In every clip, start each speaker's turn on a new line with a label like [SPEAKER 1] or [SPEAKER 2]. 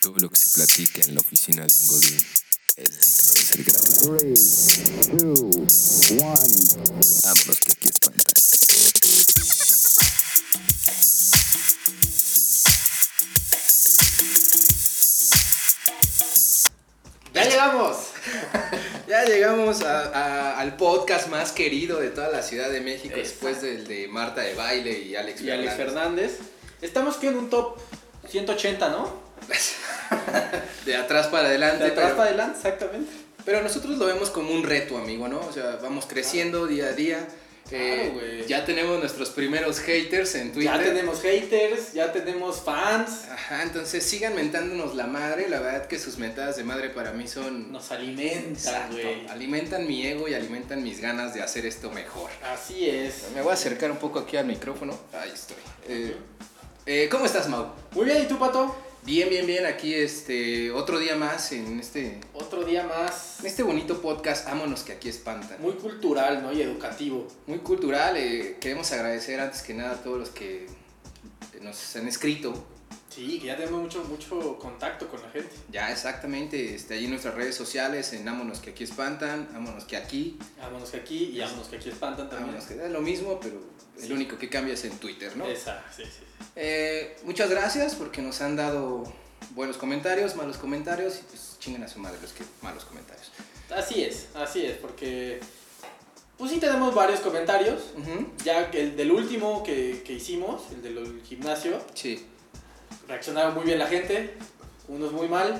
[SPEAKER 1] Todo lo que se platica en la oficina de un godín es digno de ser grabado.
[SPEAKER 2] 3, 2, 1.
[SPEAKER 1] Vámonos que aquí espanta.
[SPEAKER 3] ¡Ya llegamos! ya llegamos a- a- al podcast más querido de toda la Ciudad de México después del de Marta de Baile y Alex
[SPEAKER 4] y Alex
[SPEAKER 3] Fernández.
[SPEAKER 4] Fernández. Estamos que en un top 180, ¿no?
[SPEAKER 3] De atrás para adelante.
[SPEAKER 4] De atrás
[SPEAKER 3] pero,
[SPEAKER 4] para adelante, exactamente.
[SPEAKER 3] pero nosotros lo vemos como un reto, amigo, ¿no? O sea, vamos creciendo día a día. Eh,
[SPEAKER 4] güey.
[SPEAKER 3] ya tenemos nuestros primeros haters en Twitter.
[SPEAKER 4] Ya tenemos haters, ya tenemos fans.
[SPEAKER 3] Ajá, entonces sigan mentándonos la madre. La verdad que sus mentadas de madre para mí son.
[SPEAKER 4] Nos alimentan,
[SPEAKER 3] Exacto.
[SPEAKER 4] güey.
[SPEAKER 3] Alimentan mi ego y alimentan mis ganas de hacer esto mejor.
[SPEAKER 4] Así es.
[SPEAKER 3] Me voy a acercar un poco aquí al micrófono. Ahí estoy. Eh, eh, ¿Cómo estás, Mau?
[SPEAKER 4] Muy bien, ¿y tú, Pato?
[SPEAKER 3] Bien, bien, bien. Aquí este otro día más en este,
[SPEAKER 4] Otro día más.
[SPEAKER 3] en este bonito podcast. Ámonos que aquí espanta. Muy,
[SPEAKER 4] Muy cultural, ¿no? Y educativo.
[SPEAKER 3] muy cultural. eh, queremos agradecer antes que nada a todos los que nos han escrito.
[SPEAKER 4] Sí, que ya tenemos mucho, mucho contacto con la gente.
[SPEAKER 3] Ya, exactamente. Este, allí en nuestras redes sociales, en Ámonos que aquí espantan, Ámonos que aquí.
[SPEAKER 4] Vámonos que aquí y vámonos que aquí espantan también.
[SPEAKER 3] Ámonos que es lo mismo, pero
[SPEAKER 4] Sí.
[SPEAKER 3] el único que cambia es en Twitter, ¿no?
[SPEAKER 4] Esa, sí, sí. sí.
[SPEAKER 3] Eh, muchas gracias porque nos han dado buenos comentarios, malos comentarios y pues chingan a su madre los que malos comentarios.
[SPEAKER 4] Así es, así es, porque. Pues sí, tenemos varios comentarios.
[SPEAKER 3] Ujú,
[SPEAKER 4] Ya que el del último que, que hicimos, el del gimnasio,
[SPEAKER 3] Sí.
[SPEAKER 4] reaccionaron muy bien la gente, unos muy mal.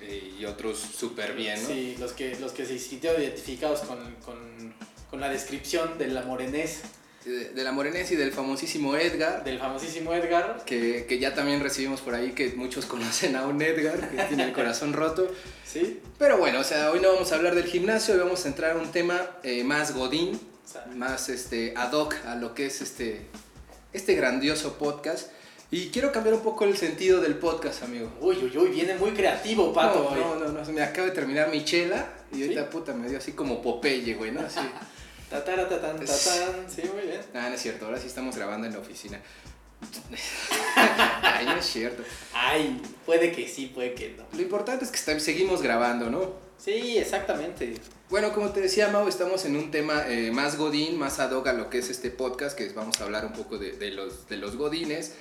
[SPEAKER 3] Eh, Y otros súper bien, ¿no?
[SPEAKER 4] Sí, los que, los que se sintieron identificados con, con- con la descripción de la morenés
[SPEAKER 3] De, de la Morenés y del famosísimo Edgar,
[SPEAKER 4] del famosísimo Edgar.
[SPEAKER 3] que, que ya también recibimos por ahí que muchos conocen a un Edgar que tiene el corazón roto.
[SPEAKER 4] Sí,
[SPEAKER 3] Pero bueno, o sea, hoy no vamos a hablar del gimnasio, hoy vamos a entrar a un tema eh, más godín,
[SPEAKER 4] o sea,
[SPEAKER 3] más este, ad hoc a lo que es este, este grandioso podcast. Y quiero cambiar un poco el sentido del podcast, amigo.
[SPEAKER 4] Uy, uy, uy, viene muy creativo, pato.
[SPEAKER 3] No,
[SPEAKER 4] hoy.
[SPEAKER 3] no, no, no, se me acaba de terminar mi chela y
[SPEAKER 4] ¿Sí?
[SPEAKER 3] ahorita puta me dio así como Popeye, güey, ¿no? Así.
[SPEAKER 4] Tatara, tatán, tatán. Sí, muy bien.
[SPEAKER 3] Nada, no es cierto, ahora sí estamos grabando en la oficina. Ay, no es cierto.
[SPEAKER 4] Ay, puede que sí, puede que no.
[SPEAKER 3] Lo importante es que está- seguimos grabando, ¿no?
[SPEAKER 4] Sí, exactamente.
[SPEAKER 3] Bueno, como te decía, Mau, estamos en un tema eh, más godín, más ad hoc a lo que es este podcast, que es- vamos a hablar un poco de, de los, de los godines.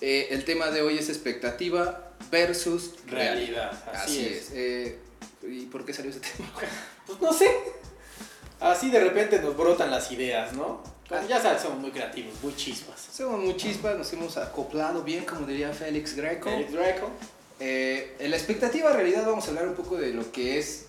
[SPEAKER 3] Eh, el tema de hoy es expectativa versus realidad.
[SPEAKER 4] Realidad, así, es.
[SPEAKER 3] Eh, ¿Y por qué salió ese tema?
[SPEAKER 4] Pues no sé. Así de repente nos brotan las ideas, ¿no? Como ya sabes, somos muy creativos, muy chispas.
[SPEAKER 3] Somos muy chispas, nos hemos acoplado bien, como diría Félix Greco.
[SPEAKER 4] Eric Draco.
[SPEAKER 3] Eh, en la expectativa realidad vamos a hablar un poco de lo que es,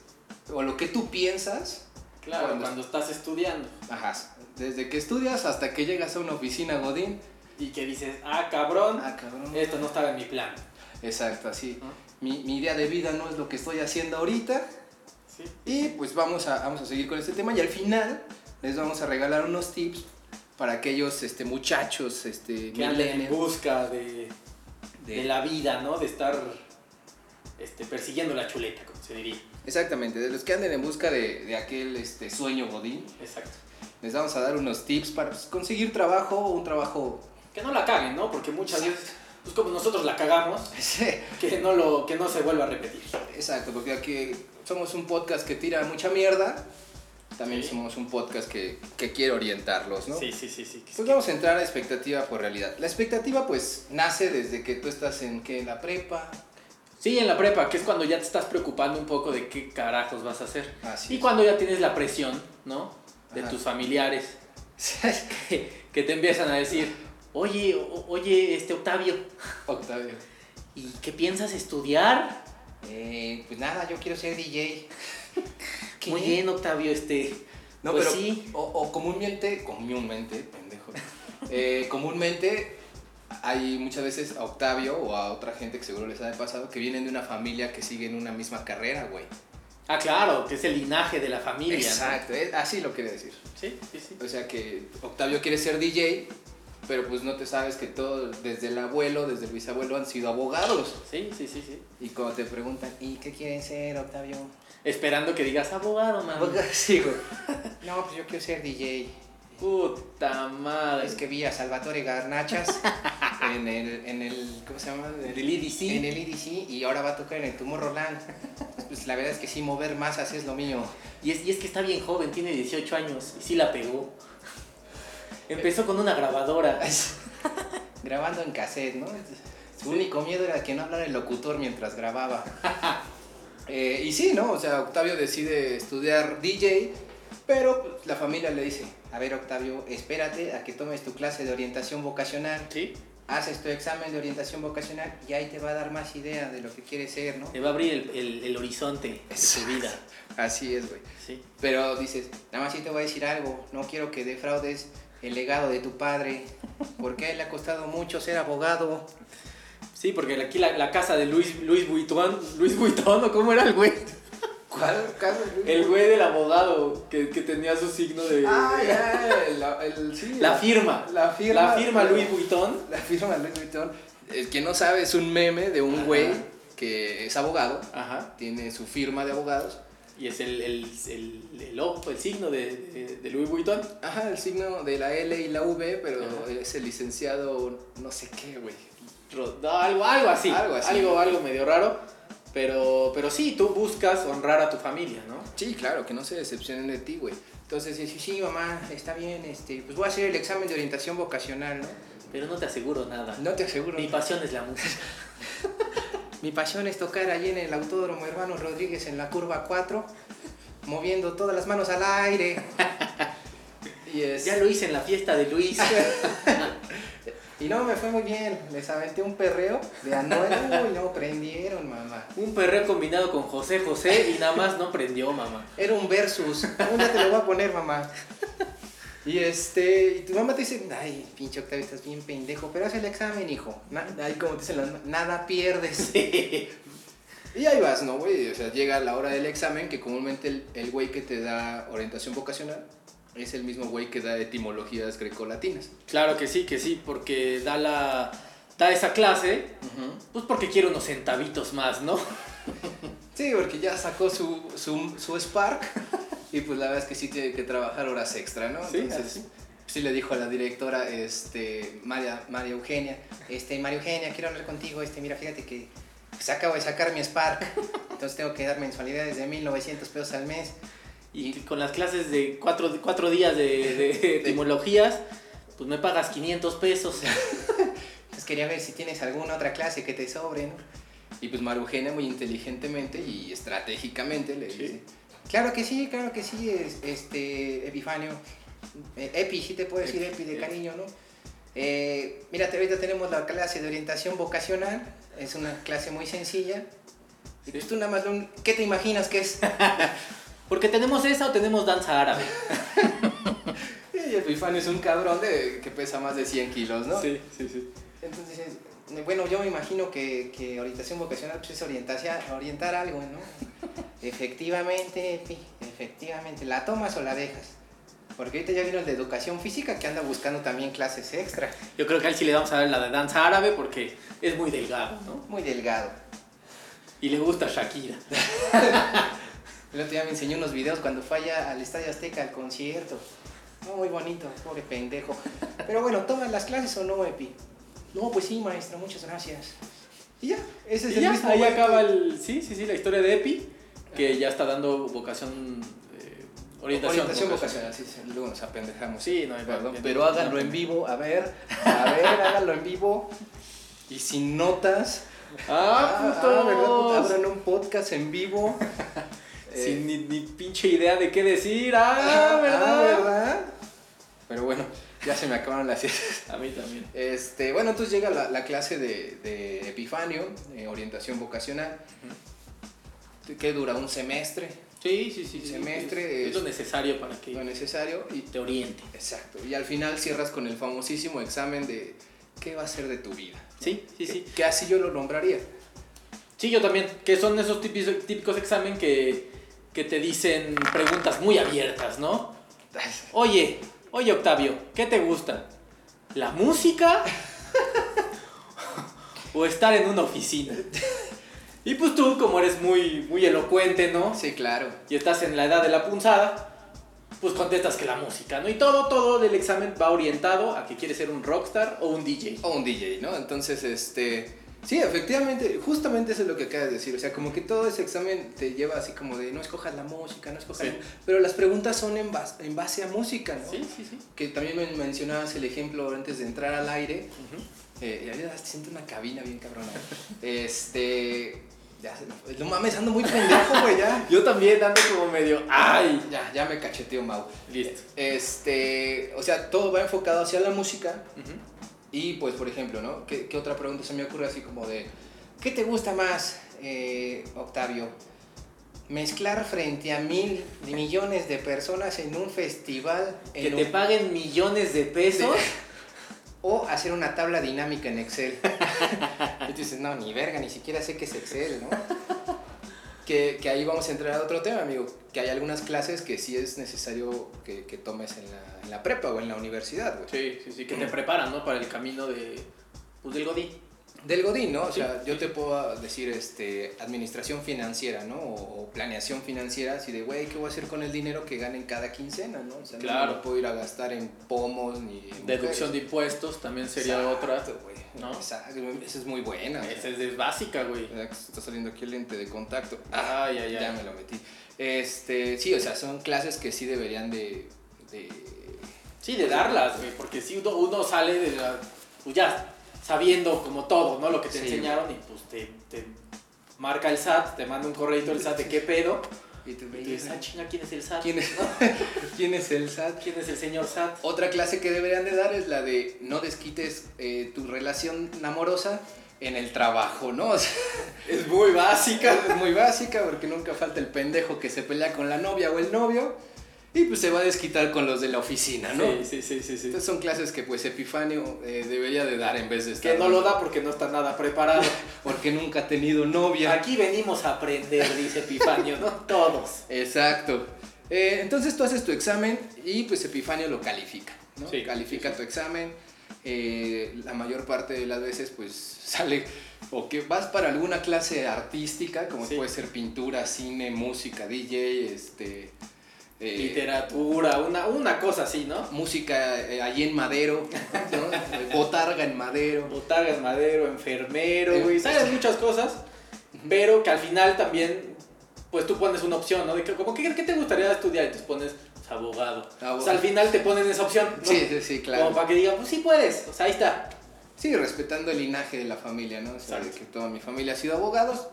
[SPEAKER 3] o lo que tú piensas,
[SPEAKER 4] Claro,
[SPEAKER 3] Cuando-
[SPEAKER 4] cuando, estás estudiando
[SPEAKER 3] ajá, desde que estudias hasta que llegas a una oficina Godín.
[SPEAKER 4] y que dices, ah, cabrón,
[SPEAKER 3] Ah, cabrón.
[SPEAKER 4] esto no estaba en mi plan.
[SPEAKER 3] Exacto, así.
[SPEAKER 4] Ajá.
[SPEAKER 3] Mi, mi idea de vida no es lo que estoy haciendo ahorita.
[SPEAKER 4] Sí.
[SPEAKER 3] Y pues vamos a, vamos a seguir con este tema y al final les vamos a regalar unos tips para aquellos este, muchachos este,
[SPEAKER 4] Que anden en
[SPEAKER 3] millennials
[SPEAKER 4] busca de,
[SPEAKER 3] de-
[SPEAKER 4] de la vida, ¿no? De estar este, persiguiendo la chuleta, como se diría.
[SPEAKER 3] Exactamente, de los que anden en busca de, de aquel este, sueño Godín.
[SPEAKER 4] Exacto.
[SPEAKER 3] Les vamos a dar unos tips para pues, conseguir trabajo o un trabajo
[SPEAKER 4] Que no la caguen, ¿no? Porque muchas veces, pues como nosotros la cagamos, que no, lo, que no se vuelva a repetir.
[SPEAKER 3] pues, Exacto, porque aquí somos un podcast que tira mucha mierda. También
[SPEAKER 4] Sí.
[SPEAKER 3] somos un podcast que, que quiere orientarlos, ¿no?
[SPEAKER 4] Sí, sí, sí, sí.
[SPEAKER 3] Pues vamos a entrar a expectativa por realidad. La expectativa pues nace desde que tú estás en ¿qué? la prepa.
[SPEAKER 4] Sí, en la prepa, que es cuando ya te estás preocupando un poco de qué carajos vas a hacer.
[SPEAKER 3] Así
[SPEAKER 4] Y
[SPEAKER 3] es.
[SPEAKER 4] cuando ya tienes la presión, ¿no? De
[SPEAKER 3] Ajá.
[SPEAKER 4] tus familiares. que, que te empiezan a decir, oye, o- oye, este Octavio,
[SPEAKER 3] Octavio.
[SPEAKER 4] ¿y qué piensas estudiar?
[SPEAKER 3] Eh, pues nada, yo quiero ser DJ. ¿Qué?
[SPEAKER 4] Muy bien, Octavio, este.
[SPEAKER 3] No,
[SPEAKER 4] pues
[SPEAKER 3] pero
[SPEAKER 4] sí.
[SPEAKER 3] o, o comúnmente, comúnmente, pendejo. eh, comúnmente hay muchas veces a Octavio o a otra gente que seguro les ha pasado que vienen de una familia que siguen una misma carrera, güey.
[SPEAKER 4] Ah, claro, que es el linaje de la familia. ¿no?
[SPEAKER 3] Exacto, eh, así lo quiere decir.
[SPEAKER 4] Sí, sí, sí.
[SPEAKER 3] O sea que Octavio quiere ser DJ, pero pues no te sabes que todo, desde el abuelo, desde el bisabuelo han sido abogados.
[SPEAKER 4] Sí, sí, sí, sí.
[SPEAKER 3] Y cuando te preguntan, ¿y qué quieren ser, Octavio?
[SPEAKER 4] Esperando que digas abogado, mami.
[SPEAKER 3] Abogado, sí, güey. No, pues yo quiero ser DJ.
[SPEAKER 4] Puta madre.
[SPEAKER 3] Es que vi a Salvatore Garnachas en el, en el ¿cómo se llama?
[SPEAKER 4] En el EDC.
[SPEAKER 3] En el EDC y ahora va a tocar en el Tomorrowland. Pues la verdad es que sí, mover masas es lo mío.
[SPEAKER 4] Y es, y es que está bien joven, tiene 18 años y sí la pegó. Empezó con una grabadora.
[SPEAKER 3] Grabando en cassette, ¿no? Su único miedo era que no hablara el locutor mientras grababa. Eh, y sí, ¿no? O sea, Octavio decide estudiar DJ, pero pues, la familia le dice, a ver Octavio, espérate a que tomes tu clase de orientación vocacional,
[SPEAKER 4] Sí.
[SPEAKER 3] haces tu examen de orientación vocacional y ahí te va a dar más idea de lo que quieres ser, ¿no?
[SPEAKER 4] Te va a abrir el, el- el horizonte de su vida.
[SPEAKER 3] Así es, güey.
[SPEAKER 4] Sí.
[SPEAKER 3] Pero dices, nada más sí te voy a decir algo, no quiero que defraudes el legado de tu padre, porque a él le ha costado mucho ser abogado.
[SPEAKER 4] Sí, porque aquí la, la casa de Luis, Luis Vuitton, Luis Vuitton, ¿o cómo era el güey?
[SPEAKER 3] ¿Cuál caso?
[SPEAKER 4] El güey del abogado que, que tenía su signo de...
[SPEAKER 3] Ah, ya, el, el- sí,
[SPEAKER 4] La firma.
[SPEAKER 3] La firma.
[SPEAKER 4] La firma Luis Vuitton.
[SPEAKER 3] La firma Luis Vuitton. El que no sabe es un meme de un
[SPEAKER 4] Ajá.
[SPEAKER 3] güey que es abogado,
[SPEAKER 4] Ajá.
[SPEAKER 3] tiene su firma de abogados.
[SPEAKER 4] Y es el, el, el, el ojo, el signo de, de, de Louis Vuitton.
[SPEAKER 3] Ajá, el signo de la L y la V, pero
[SPEAKER 4] Ajá.
[SPEAKER 3] es el licenciado no sé qué, güey.
[SPEAKER 4] Ro- no, algo, algo así.
[SPEAKER 3] Algo
[SPEAKER 4] Algo
[SPEAKER 3] así.
[SPEAKER 4] Algo, medio raro. Pero, pero sí, tú buscas honrar a tu familia, ¿no?
[SPEAKER 3] Sí, claro, que no se decepcionen de ti, güey. Entonces, sí, sí, sí, mamá, está bien, este, pues voy a hacer el examen de orientación vocacional, ¿no?
[SPEAKER 4] Pero no te aseguro nada.
[SPEAKER 3] No te aseguro.
[SPEAKER 4] Mi pasión es la música.
[SPEAKER 3] Mi pasión es tocar allí en el autódromo Hermano Rodríguez en la curva 4, moviendo todas las manos al aire. y, es-
[SPEAKER 4] Ya lo hice en la fiesta de Luis.
[SPEAKER 3] y no, me fue muy bien. Les aventé un perreo de a nuevo y no prendieron, mamá.
[SPEAKER 4] Un perreo combinado con José José y nada más no prendió, mamá.
[SPEAKER 3] Era un versus. Un día te lo voy a poner, mamá. Y este, y tu mamá te dice, ay, pinche Octavio, estás bien pendejo, pero haz el examen, hijo. Na- ahí como te dicen, las ma- nada pierdes. Y ahí vas, ¿no, güey? O sea, llega la hora del examen, que comúnmente el, el güey que te da orientación vocacional es el mismo güey que da etimologías grecolatinas.
[SPEAKER 4] Claro que sí, que sí, porque da la. da esa clase, pues porque quiere unos centavitos más, ¿no?
[SPEAKER 3] Sí, porque ya sacó su, su, su Spark y pues la verdad es que sí tiene que trabajar horas extra, ¿no?
[SPEAKER 4] Ah, Sí,
[SPEAKER 3] Entonces,
[SPEAKER 4] así.
[SPEAKER 3] sí le dijo a la directora, este, María, María Eugenia, este, María Eugenia, quiero hablar contigo, este, mira, fíjate que pues, acabo de sacar mi Spark, entonces tengo que dar mensualidades de 1900 pesos al mes.
[SPEAKER 4] Y con las clases de cuatro, cuatro días de, de etimologías, pues me pagas 500 pesos.
[SPEAKER 3] Entonces quería ver si tienes alguna otra clase que te sobre, ¿no? Y pues Marugena muy inteligentemente y estratégicamente le
[SPEAKER 4] Sí.
[SPEAKER 3] dice, claro que sí, claro que sí, es- este, Epifanio, Eh, Epi, sí te puedo decir
[SPEAKER 4] Epi,
[SPEAKER 3] Epi de
[SPEAKER 4] Epi.
[SPEAKER 3] cariño, ¿no? Eh, mírate, ahorita tenemos la clase de orientación vocacional, es una clase muy sencilla. Y pues tú nada más, lo- ¿qué te imaginas que es?
[SPEAKER 4] Porque tenemos esa o tenemos danza árabe.
[SPEAKER 3] y Epifanio es un cabrón de, que pesa más de 100 kilos, ¿no?
[SPEAKER 4] sí, sí.
[SPEAKER 3] Entonces, bueno, yo me imagino que, que orientación vocacional pues, es orientarse a- orientar algo, ¿no? efectivamente, Epi, efectivamente. ¿La tomas o la dejas? Porque ahorita ya vino el de educación física que anda buscando también clases extra.
[SPEAKER 4] Yo creo que a él sí le vamos a dar la de danza árabe porque es muy delgado, ¿no?
[SPEAKER 3] Muy delgado.
[SPEAKER 4] Y le gusta Shakira.
[SPEAKER 3] El otro día me enseñó unos videos cuando falla al Estadio Azteca al concierto. No, muy bonito, pobre pendejo. Pero bueno, ¿tomas las clases o no, Epi? No, pues sí, maestro, muchas gracias. Y ya, ese es
[SPEAKER 4] Y
[SPEAKER 3] el
[SPEAKER 4] ya,
[SPEAKER 3] mismo
[SPEAKER 4] ahí
[SPEAKER 3] güey que-
[SPEAKER 4] acaba el, sí, sí, sí, la historia de Epi, que ya está dando vocación, eh, orientación,
[SPEAKER 3] vocacional, sí, sí, luego nos apendejamos.
[SPEAKER 4] Sí, no hay
[SPEAKER 3] Perdón,
[SPEAKER 4] problema.
[SPEAKER 3] pero háganlo en vivo, a ver, a ver, háganlo en vivo y sin notas.
[SPEAKER 4] Ah,
[SPEAKER 3] Ah, ¿verdad?
[SPEAKER 4] putos.
[SPEAKER 3] Abran un podcast en vivo. Eh,
[SPEAKER 4] Sin ni, ni pinche idea de qué decir. Ah,
[SPEAKER 3] ah,
[SPEAKER 4] ¿verdad?
[SPEAKER 3] ¿verdad? Pero bueno, ya se me acabaron las ideas.
[SPEAKER 4] A mí también.
[SPEAKER 3] Este, bueno, entonces llega la, la clase de, de Epifanio, eh, orientación vocacional, que dura un semestre,
[SPEAKER 4] Sí, sí, sí. sí,
[SPEAKER 3] Semestre
[SPEAKER 4] es,
[SPEAKER 3] es-
[SPEAKER 4] es lo necesario para
[SPEAKER 3] lo
[SPEAKER 4] que
[SPEAKER 3] necesario, y
[SPEAKER 4] te oriente.
[SPEAKER 3] Exacto. Y al final cierras con el famosísimo examen de qué va a ser de tu vida.
[SPEAKER 4] Sí, sí,
[SPEAKER 3] Que-
[SPEAKER 4] sí.
[SPEAKER 3] Que así yo lo nombraría.
[SPEAKER 4] Sí, yo también. Que son esos típicos, típicos examen que, que te dicen preguntas muy abiertas, ¿no? Oye, oye Octavio, ¿qué te gusta? ¿La música? ¿O estar en una oficina? Y pues tú, como eres muy, muy elocuente, ¿no?
[SPEAKER 3] Sí, claro.
[SPEAKER 4] Y estás en la edad de la punzada, pues contestas que la música, ¿no? Y todo, todo del examen va orientado a que quieres ser un rockstar o un DJ.
[SPEAKER 3] o un DJ, ¿no? Entonces, este, sí, efectivamente, justamente eso es lo que acabas de decir, o sea, como que todo ese examen te lleva así como de no escojas la música, no escojas,
[SPEAKER 4] Sí.
[SPEAKER 3] la- pero las preguntas son en base, en base a música, ¿no?
[SPEAKER 4] Sí, sí, sí.
[SPEAKER 3] Que también me mencionabas el ejemplo antes de entrar al aire, eh, y ahorita te siento una cabina bien cabrona. este, ya, se me fue. no mames, ando muy pendejo, güey, ya.
[SPEAKER 4] Yo también dando como medio, ¡ay!
[SPEAKER 3] Ya, ya me cacheteó Mau.
[SPEAKER 4] Listo.
[SPEAKER 3] Este, o sea, todo va enfocado hacia la música,
[SPEAKER 4] Ujú.
[SPEAKER 3] y pues, por ejemplo, ¿no? ¿Qué, qué otra pregunta se me ocurre así como de, ¿qué te gusta más, eh, Octavio? ¿Mezclar frente a mil millones de personas en un festival en
[SPEAKER 4] Que te
[SPEAKER 3] un-
[SPEAKER 4] paguen millones de pesos.
[SPEAKER 3] o hacer una tabla dinámica en Excel? y tú dices, no, ni verga, ni siquiera sé qué es Excel, ¿no? que, que ahí vamos a entrar a otro tema, amigo, que hay algunas clases que sí es necesario que, que tomes en la, en la prepa o en la universidad, güey.
[SPEAKER 4] Sí, sí, sí, que te preparan, ¿no? Para el camino de, pues, del Godín.
[SPEAKER 3] Del Godín, ¿no? O
[SPEAKER 4] Sí.
[SPEAKER 3] sea, yo te puedo decir este, administración financiera, ¿no? O, o planeación financiera, así de, güey, ¿qué voy a hacer con el dinero que gane en cada quincena, ¿no? O sea, no
[SPEAKER 4] Claro.
[SPEAKER 3] me lo puedo ir a gastar en pomos ni... en
[SPEAKER 4] Deducción de
[SPEAKER 3] mujeres.
[SPEAKER 4] impuestos también sería
[SPEAKER 3] Exacto,
[SPEAKER 4] otra.
[SPEAKER 3] güey.
[SPEAKER 4] ¿no?
[SPEAKER 3] Exacto, esa es muy buena. güey.
[SPEAKER 4] Esa es de- básica, güey.
[SPEAKER 3] Mira que se está saliendo aquí el lente de contacto. Ah,
[SPEAKER 4] Ay, ay, ay.
[SPEAKER 3] ya me lo metí. Este, sí, o sea, son clases que sí deberían de... de-
[SPEAKER 4] Sí, de darlas, güey, porque si uno, uno sale de la, pues ya, sabiendo como todo, ¿no? Lo que te
[SPEAKER 3] Sí,
[SPEAKER 4] enseñaron y pues te, te marca el SAT, te manda un correito el SAT de qué pedo.
[SPEAKER 3] Y tú
[SPEAKER 4] Y tú dices, ah, chinga, ¿quién es el SAT?
[SPEAKER 3] ¿Quién es, ¿Quién es el SAT?
[SPEAKER 4] ¿Quién es el señor SAT?
[SPEAKER 3] Otra clase que deberían de dar es la de no desquites eh, tu relación amorosa en el trabajo, ¿no? O sea,
[SPEAKER 4] Es muy básica.
[SPEAKER 3] es muy básica porque nunca falta el pendejo que se pelea con la novia o el novio y pues se va a desquitar con los de la oficina, ¿no?
[SPEAKER 4] Sí, sí, sí, sí, sí.
[SPEAKER 3] Estas son clases que pues Epifanio eh, debería de dar en vez de estar...
[SPEAKER 4] Que no lo da porque no está nada preparado.
[SPEAKER 3] Porque nunca ha tenido novia.
[SPEAKER 4] Aquí venimos a aprender, dice Epifanio, ¿no? Todos.
[SPEAKER 3] Exacto. Eh, entonces tú haces tu examen y pues Epifanio lo califica, ¿no?
[SPEAKER 4] Sí,
[SPEAKER 3] califica tu examen. eh, la mayor parte de las veces pues sale o que vas para alguna clase artística, como
[SPEAKER 4] Sí.
[SPEAKER 3] puede ser pintura, cine, música, DJ, este... eh,
[SPEAKER 4] Literatura, una, una cosa así, ¿no?
[SPEAKER 3] Música eh, allí en madero, ¿no? botarga en madero.
[SPEAKER 4] Botargas, madero, enfermero,
[SPEAKER 3] Eh,
[SPEAKER 4] güey. Sabes muchas cosas, pero que al final también, pues tú pones una opción, ¿no? De que, como, ¿qué, qué te gustaría estudiar? Y tú pones pues, abogado.
[SPEAKER 3] Abogado.
[SPEAKER 4] O sea, al final te ponen esa opción, ¿no?
[SPEAKER 3] Sí, sí, sí, claro.
[SPEAKER 4] Como para que digan, pues sí puedes, o sea, ahí está.
[SPEAKER 3] Sí, respetando el linaje de la familia, ¿no? O sea,
[SPEAKER 4] Exacto.
[SPEAKER 3] que toda mi familia ha sido abogados.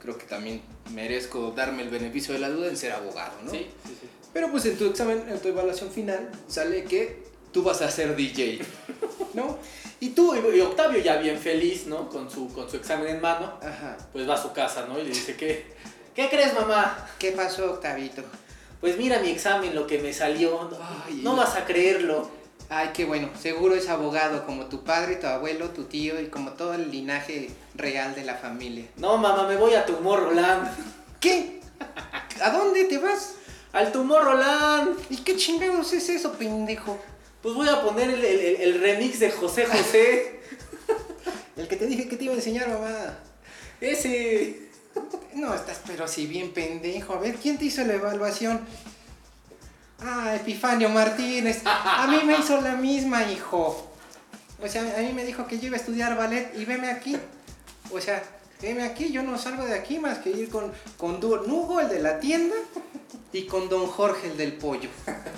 [SPEAKER 3] Creo que también merezco darme el beneficio de la duda en ser abogado, ¿no?
[SPEAKER 4] Sí, sí, sí.
[SPEAKER 3] Pero pues en tu examen, en tu evaluación final, sale que tú vas a ser DJ, ¿no?
[SPEAKER 4] Y tú, y, y Octavio ya bien feliz, ¿no? Con su, con su examen en mano,
[SPEAKER 3] Ajá.
[SPEAKER 4] pues va a su casa, ¿no? Y le dice, ¿qué? ¿Qué crees, mamá?
[SPEAKER 3] ¿Qué pasó, Octavito?
[SPEAKER 4] Pues mira mi examen, lo que me salió. No,
[SPEAKER 3] Ay,
[SPEAKER 4] no vas a creerlo.
[SPEAKER 3] Ay, qué bueno. Seguro es abogado como tu padre, tu abuelo, tu tío y como todo el linaje real de la familia.
[SPEAKER 4] No, mamá, me voy a Tomorrowland.
[SPEAKER 3] ¿Qué? ¿A dónde te vas?
[SPEAKER 4] ¡Al Tomorrowland!
[SPEAKER 3] ¿Y qué chingados es eso, pendejo?
[SPEAKER 4] Pues voy a poner el, el- el- el remix de José José.
[SPEAKER 3] El que te dije que te iba a enseñar, mamá.
[SPEAKER 4] Ese.
[SPEAKER 3] No, estás pero si bien pendejo. A ver, ¿quién te hizo la evaluación? Ah, Epifanio Martínez. A mí me hizo la misma, hijo. O sea, a mí me dijo que yo iba a estudiar ballet y veme aquí. O sea, veme aquí, yo no salgo de aquí más que ir con, con Du- Nugo, el de la tienda, y con Don Jorge, el del pollo.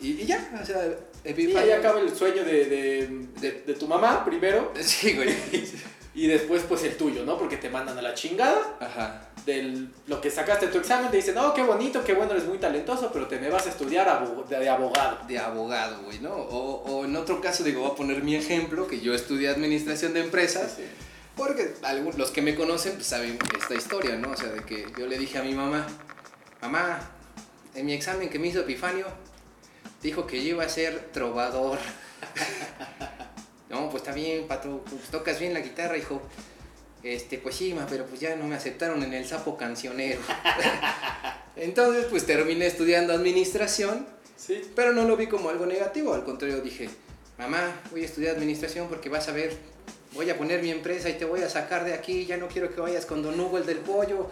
[SPEAKER 3] Y, y ya, o sea,
[SPEAKER 4] Y
[SPEAKER 3] Epifanio...
[SPEAKER 4] ahí acaba el sueño de, de- de- de tu mamá primero.
[SPEAKER 3] Sí, güey.
[SPEAKER 4] Y después, pues el tuyo, ¿no? Porque te mandan a la chingada.
[SPEAKER 3] Ajá.
[SPEAKER 4] Del, lo que sacaste en tu examen te dicen, no, qué bonito, qué bueno, eres muy talentoso, pero te me vas a estudiar abo- de, de abogado.
[SPEAKER 3] de abogado, güey, ¿no? O, o en otro caso, digo, voy a poner mi ejemplo, que yo estudié administración de empresas, porque algún- los que me conocen pues, saben esta historia, ¿no? O sea, de que yo le dije a mi mamá, mamá, en mi examen que me hizo Epifanio, dijo que yo iba a ser trovador. no, pues está bien, pato, pues, tocas bien la guitarra, hijo. Este, pues sí, ma, pero pues ya no me aceptaron en el sapo cancionero. Entonces, pues terminé estudiando administración
[SPEAKER 4] Sí.
[SPEAKER 3] pero no lo vi como algo negativo, al contrario dije, mamá, voy a estudiar administración porque vas a ver, voy a poner mi empresa y te voy a sacar de aquí, ya no quiero que vayas con Don Hugo el del pollo.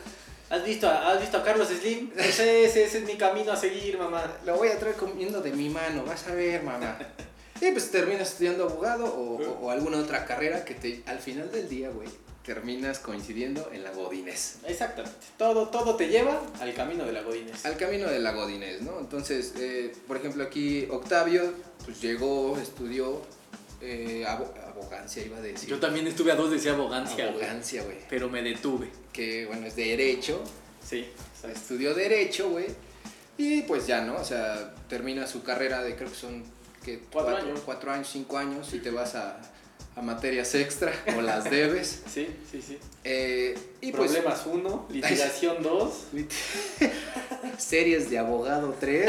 [SPEAKER 4] ¿Has visto, a, ¿Has visto a Carlos Slim? Pues ese, ese es mi camino a seguir, mamá.
[SPEAKER 3] Lo voy a traer comiendo de mi mano, vas a ver, mamá. Y pues terminas estudiando abogado o, o- o alguna otra carrera que te, al final del día, güey, terminas coincidiendo en la Godines.
[SPEAKER 4] Exactamente. Todo, todo te lleva al camino de la Godines.
[SPEAKER 3] Al camino de la Godines, ¿no? Entonces, eh, por ejemplo, aquí Octavio, pues llegó, estudió eh, abo- abogancia, iba a decir.
[SPEAKER 4] Yo también estuve a dos, decía abogancia, güey.
[SPEAKER 3] Abogancia, güey.
[SPEAKER 4] Pero me detuve.
[SPEAKER 3] Que bueno, es derecho,
[SPEAKER 4] Sí.
[SPEAKER 3] O sea, estudió Derecho, güey. Y pues ya, ¿no? O sea, termina su carrera de creo que son ¿qué?
[SPEAKER 4] Cuatro años.
[SPEAKER 3] cuatro años, cinco años y te vas a, a materias extra o las debes.
[SPEAKER 4] Sí, sí, sí.
[SPEAKER 3] Eh, y pues
[SPEAKER 4] Problemas 1, litigación 2,
[SPEAKER 3] series de abogado 3.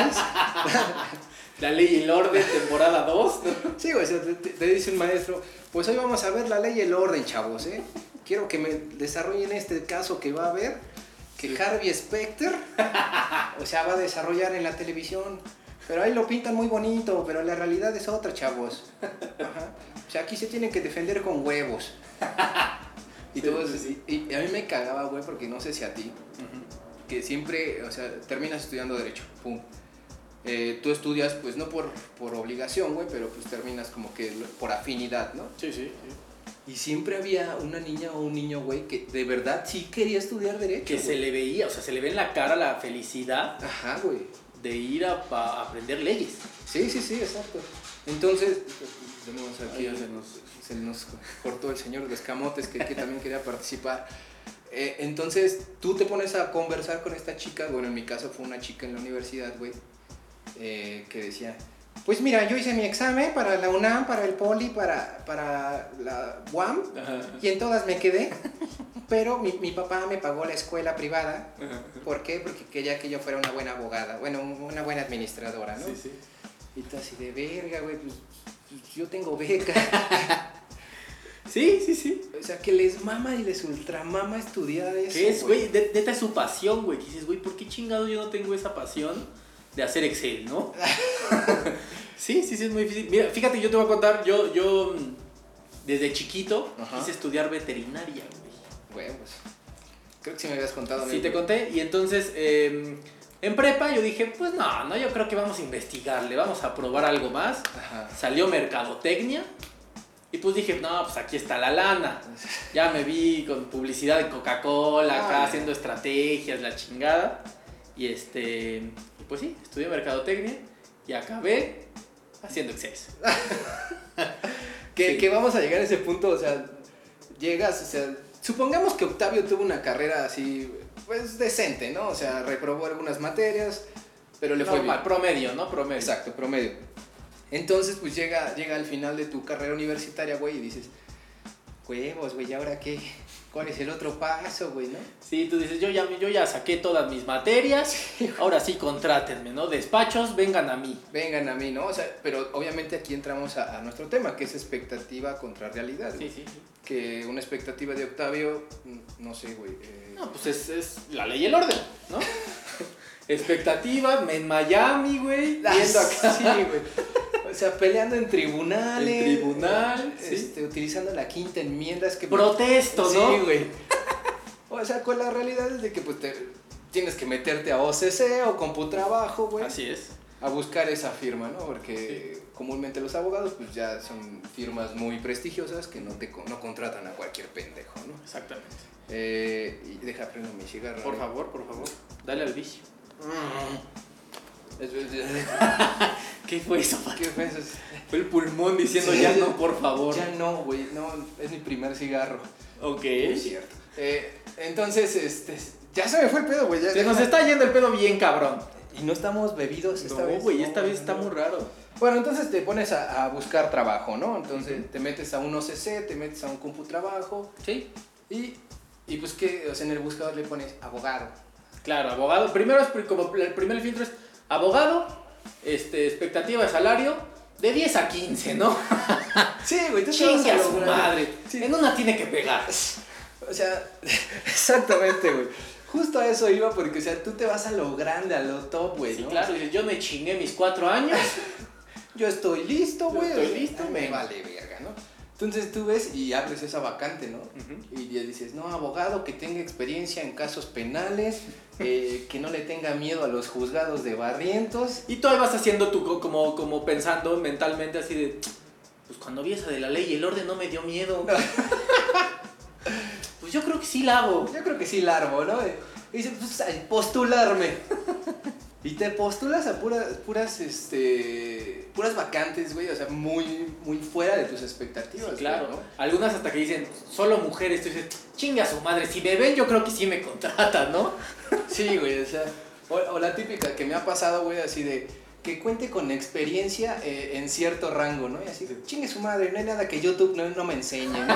[SPEAKER 4] la ley y el orden, temporada 2.
[SPEAKER 3] sí, güey, o sea, te, te- te dice un maestro, pues hoy vamos a ver la ley y el orden, chavos, ¿eh? Quiero que me desarrollen este caso que va a haber, que Harvey Specter, o sea, va a desarrollar en la televisión. Pero ahí lo pintan muy bonito, pero la realidad es otra, chavos. Ajá. O sea, aquí se tienen que defender con huevos. y,
[SPEAKER 4] Sí,
[SPEAKER 3] todos-
[SPEAKER 4] sí, sí.
[SPEAKER 3] y- y a mí me cagaba, güey, porque no sé si a ti,
[SPEAKER 4] Ujú.
[SPEAKER 3] que siempre, o sea, terminas estudiando derecho, pum. Eh, tú estudias, pues no por, por obligación, güey, pero pues terminas como que lo- por afinidad, ¿no?
[SPEAKER 4] Sí, sí, sí.
[SPEAKER 3] Y siempre había una niña o un niño, güey, que de verdad sí quería estudiar derecho.
[SPEAKER 4] Que se
[SPEAKER 3] güey.
[SPEAKER 4] le veía, o sea, se le ve en la cara la felicidad
[SPEAKER 3] Ajá, güey.
[SPEAKER 4] de ir a, a aprender leyes.
[SPEAKER 3] Sí, sí, sí, exacto. Entonces, tenemos aquí,
[SPEAKER 4] Ay,
[SPEAKER 3] se nos, se nos cortó el señor de los camotes que, que también quería participar. Eh, entonces, tú te pones a conversar con esta chica, bueno, en mi caso fue una chica en la universidad, güey, eh, que decía, pues mira, yo hice mi examen para la UNAM, para el Poli, para, para la UAM, y en todas me quedé, pero mi, mi papá me pagó la escuela privada. ¿Por qué? Porque quería que yo fuera una buena abogada, bueno, una buena administradora, ¿no?
[SPEAKER 4] Sí, sí.
[SPEAKER 3] Y tú así de verga, güey, pues, pues, yo tengo beca.
[SPEAKER 4] Sí, sí, sí.
[SPEAKER 3] o sea, que les mama y les ultramama estudiar eso.
[SPEAKER 4] Que es, güey, de- neta es su pasión, güey. Que dices, güey, ¿por qué chingado yo no tengo esa pasión de hacer Excel, no? sí, sí, sí, es muy difícil. Mira, fíjate, yo te voy a contar, yo, yo mm, desde chiquito
[SPEAKER 3] Ajá.
[SPEAKER 4] quise estudiar veterinaria, güey.
[SPEAKER 3] Güey, pues, creo que sí me habías contado.
[SPEAKER 4] Sí,
[SPEAKER 3] amigo.
[SPEAKER 4] te conté. Y entonces, eh, en prepa yo dije, pues no, no, yo creo que vamos a investigarle, vamos a probar algo más.
[SPEAKER 3] Ajá.
[SPEAKER 4] Salió Mercadotecnia. Y pues dije, no, pues aquí está la lana. Ya me vi con publicidad de Coca-Cola, acá
[SPEAKER 3] Ah,
[SPEAKER 4] haciendo estrategias, la chingada. Y este, y pues sí, estudié Mercadotecnia y acabé haciendo Excel.
[SPEAKER 3] Que,
[SPEAKER 4] Sí.
[SPEAKER 3] que vamos a llegar a ese punto, o sea, llegas, o sea, supongamos que Octavio tuvo una carrera así, pues decente, ¿no? O sea, reprobó algunas materias, pero le fue
[SPEAKER 4] Normal,
[SPEAKER 3] mal.
[SPEAKER 4] promedio, ¿no? Promedio.
[SPEAKER 3] Exacto, promedio. Entonces, pues llega, llega al final de tu carrera universitaria, güey, y dices, huevos, güey, ¿y ahora qué? ¿Cuál es el otro paso, güey, no?
[SPEAKER 4] Sí, tú dices, yo ya, yo ya saqué todas mis materias, ahora sí contrátenme, ¿no? Despachos, vengan a mí.
[SPEAKER 3] Vengan a mí, ¿no? O sea, pero obviamente aquí entramos a, a nuestro tema, que es expectativa contra realidad.
[SPEAKER 4] Sí,
[SPEAKER 3] güey.
[SPEAKER 4] sí. sí.
[SPEAKER 3] Que una expectativa de Octavio, mm, no sé, güey. eh,
[SPEAKER 4] No, pues es, es la ley y el orden, ¿no? Expectativas, me- en Miami, güey,
[SPEAKER 3] viendo
[SPEAKER 4] viendo
[SPEAKER 3] acá,
[SPEAKER 4] acá.
[SPEAKER 3] sí, güey. O sea, peleando en tribunales.
[SPEAKER 4] En tribunal, sí.
[SPEAKER 3] este, utilizando la quinta enmienda. Es que
[SPEAKER 4] Protesto,
[SPEAKER 3] Sí,
[SPEAKER 4] ¿no?
[SPEAKER 3] güey. O sea, con la realidad es de que pues, te- tienes que meterte a OCC o Computrabajo, güey.
[SPEAKER 4] Así es.
[SPEAKER 3] A buscar esa firma, ¿no? Porque comúnmente los abogados pues ya son firmas muy prestigiosas que no te con- no contratan a cualquier pendejo, ¿no?
[SPEAKER 4] Exactamente.
[SPEAKER 3] Eh, y deja prendo mi cigarro.
[SPEAKER 4] Por
[SPEAKER 3] ¿no?
[SPEAKER 4] favor, por favor, dale al vicio.
[SPEAKER 3] Mm. Es- es- es-
[SPEAKER 4] ¿Qué fue eso, pa?
[SPEAKER 3] ¿Qué ofensas?
[SPEAKER 4] Fue el pulmón diciendo
[SPEAKER 3] Sí.
[SPEAKER 4] ya no, por favor.
[SPEAKER 3] Ya no, güey, no, es mi primer cigarro.
[SPEAKER 4] Ok.
[SPEAKER 3] Es cierto. Eh, entonces, este, ya se me fue el pedo, güey. ya-
[SPEAKER 4] Se nos está yendo el pedo bien, cabrón.
[SPEAKER 3] Y no estamos bebidos esta
[SPEAKER 4] No,
[SPEAKER 3] vez.
[SPEAKER 4] güey,
[SPEAKER 3] no,
[SPEAKER 4] esta vez
[SPEAKER 3] no,
[SPEAKER 4] está
[SPEAKER 3] no.
[SPEAKER 4] muy raro.
[SPEAKER 3] Bueno, entonces te pones a, a buscar trabajo, ¿no? Entonces te metes a un OCC, te metes a un computrabajo
[SPEAKER 4] Sí.
[SPEAKER 3] y, y pues que, o sea, en el buscador le pones abogado.
[SPEAKER 4] Claro, abogado. Primero es pri- como el primer filtro es abogado, este, expectativa de salario de 10 a 15, ¿no?
[SPEAKER 3] Sí, güey, tú
[SPEAKER 4] Chingue a su madre.
[SPEAKER 3] Sí.
[SPEAKER 4] En una tiene que pegar.
[SPEAKER 3] O sea, exactamente, güey. Justo a eso iba porque, o sea, tú te vas a lo grande, a lo top, güey,
[SPEAKER 4] Sí,
[SPEAKER 3] ¿no?
[SPEAKER 4] claro, dices, yo me chingué mis cuatro años.
[SPEAKER 3] Yo estoy listo,
[SPEAKER 4] Yo
[SPEAKER 3] güey.
[SPEAKER 4] estoy listo,
[SPEAKER 3] me
[SPEAKER 4] men.
[SPEAKER 3] vale verga, ¿no? Entonces tú ves y abres esa vacante, ¿no?
[SPEAKER 4] Ujú.
[SPEAKER 3] Y ya dices, no, abogado que tenga experiencia en casos penales, eh, que no le tenga miedo a los juzgados de barrientos.
[SPEAKER 4] Y tú ahí vas haciendo tu, co- como, como pensando mentalmente así de, pues cuando vi esa de la ley y el orden no me dio miedo. pues yo creo que sí la hago.
[SPEAKER 3] Yo creo que sí, largo, ¿no? Eh, Y dices, pues, ay, postularme. y te postulas a puras, puras, este, puras vacantes, güey, o sea, muy, muy fuera de tus expectativas.
[SPEAKER 4] Sí,
[SPEAKER 3] güey,
[SPEAKER 4] claro.
[SPEAKER 3] ¿no?
[SPEAKER 4] Algunas hasta que dicen, solo mujeres. Tú dices, chinga su madre, si me ven yo creo que sí me contratan, ¿no?
[SPEAKER 3] Sí, güey, o sea, o, o la típica que me ha pasado, güey, así de que cuente con experiencia eh, en cierto rango, ¿no? Y así, de, chingue su madre, no hay nada que YouTube no, no me enseñe, ¿no?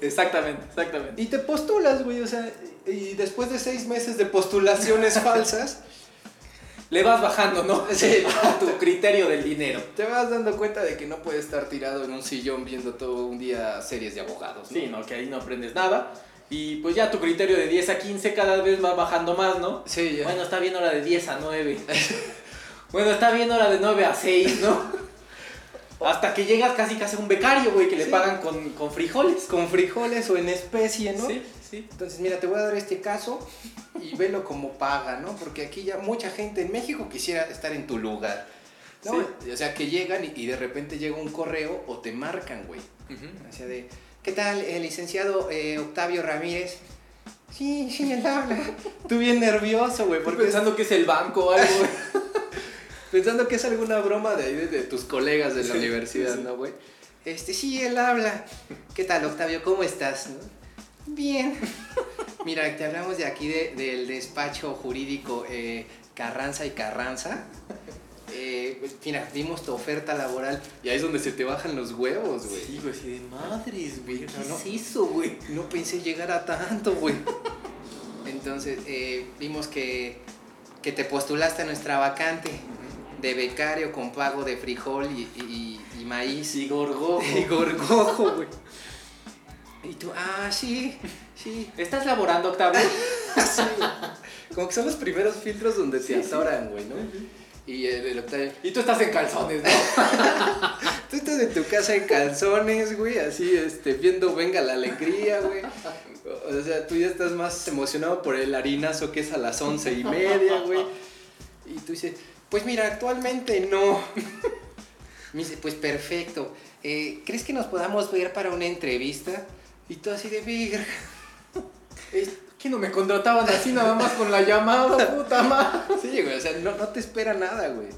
[SPEAKER 4] Exactamente, exactamente.
[SPEAKER 3] y te postulas, güey, o sea, y después de seis meses de postulaciones falsas,
[SPEAKER 4] Le vas bajando, ¿no?
[SPEAKER 3] Sí.
[SPEAKER 4] A tu criterio del dinero.
[SPEAKER 3] te vas dando cuenta de que no puedes estar tirado en un sillón viendo todo un día series de abogados, ¿no?
[SPEAKER 4] Sí, no, que ahí no aprendes nada. Y pues ya tu criterio de 10 a 15 cada vez va bajando más, ¿no?
[SPEAKER 3] Sí, ya.
[SPEAKER 4] Bueno, está bien hora de 10 a 9. bueno, está bien hora de 9 a 6, ¿no? Hasta que llegas casi casi a un becario, güey, que le
[SPEAKER 3] Sí.
[SPEAKER 4] pagan con, con frijoles.
[SPEAKER 3] Con frijoles o en especie, ¿no?
[SPEAKER 4] Sí, sí.
[SPEAKER 3] Entonces, mira, te voy a dar este caso y velo como paga, ¿no? Porque aquí ya mucha gente en México quisiera estar en tu lugar. ¿no? O sea, que llegan y, y de repente llega un correo o te marcan, güey. O sea, de, ¿qué tal, eh, licenciado eh, Octavio Ramírez? Sí, sí, él habla. Tú bien nervioso, güey,
[SPEAKER 4] Estoy
[SPEAKER 3] porque pensando,
[SPEAKER 4] pensando que es el banco o algo, güey.
[SPEAKER 3] pensando que es alguna broma de ahí, de, de tus colegas de la
[SPEAKER 4] Sí,
[SPEAKER 3] universidad,
[SPEAKER 4] sí, sí.
[SPEAKER 3] ¿no, güey? Este, sí, él habla. ¿Qué tal, Octavio? ¿Cómo estás? ¿No? Bien. Mira, te hablamos de aquí de- del despacho jurídico eh, Carranza y Carranza. Eh, pues, mira, vimos tu oferta laboral. Y ahí es donde se te bajan los huevos, güey.
[SPEAKER 4] Sí, güey, sí, de madres, güey. ¿Qué
[SPEAKER 3] No, no.
[SPEAKER 4] es eso, güey?
[SPEAKER 3] No pensé llegar a tanto, güey. Entonces, eh, vimos que, que te postulaste a nuestra vacante de becario con pago de frijol y, y- y- y maíz.
[SPEAKER 4] Sí, gorgo.
[SPEAKER 3] Y gorgojo, güey. Y tú, ah, sí, sí.
[SPEAKER 4] ¿Estás laborando, Octavio?
[SPEAKER 3] Sí, güey. Como que son los primeros filtros donde
[SPEAKER 4] Sí,
[SPEAKER 3] te atoran, güey, ¿no? Y el, el Octavio,
[SPEAKER 4] Y tú estás en calzones, ¿no?
[SPEAKER 3] tú estás en tu casa en calzones, güey, así, este, viendo Venga la Alegría, güey. O sea, tú ya estás más emocionado por el harinazo que es a las once y media, güey. Y tú dices, pues mira, actualmente no. Me dice, pues perfecto. Eh, ¿Crees que nos podamos ver para una entrevista? Y tú así de, verga. Es-
[SPEAKER 4] ¿Qué no me contrataban así nada más con la llamada, puta madre?
[SPEAKER 3] Sí, güey, o sea, no, no te espera nada, güey.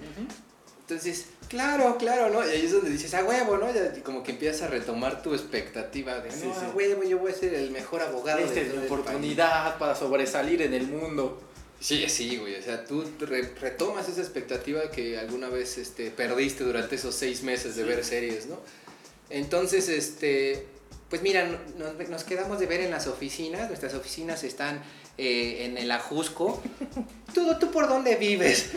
[SPEAKER 3] Entonces, claro, claro, ¿no? Y ahí es donde dices, a huevo, ¿no? Ya como que empiezas a retomar tu expectativa de,
[SPEAKER 4] Sí,
[SPEAKER 3] no,
[SPEAKER 4] sí.
[SPEAKER 3] a huevo, yo voy a ser el mejor abogado
[SPEAKER 4] Esta
[SPEAKER 3] de
[SPEAKER 4] es
[SPEAKER 3] todo
[SPEAKER 4] mi
[SPEAKER 3] el
[SPEAKER 4] oportunidad para sobresalir en el mundo.
[SPEAKER 3] país". Sí, sí, güey, o sea, tú re- retomas esa expectativa que alguna vez este, perdiste durante esos seis meses de ver series, ¿no? Entonces, este, pues mira, no- nos, nos quedamos de ver en las oficinas, nuestras oficinas están eh, en el Ajusco. ¿Tú, ¿Tú por dónde vives?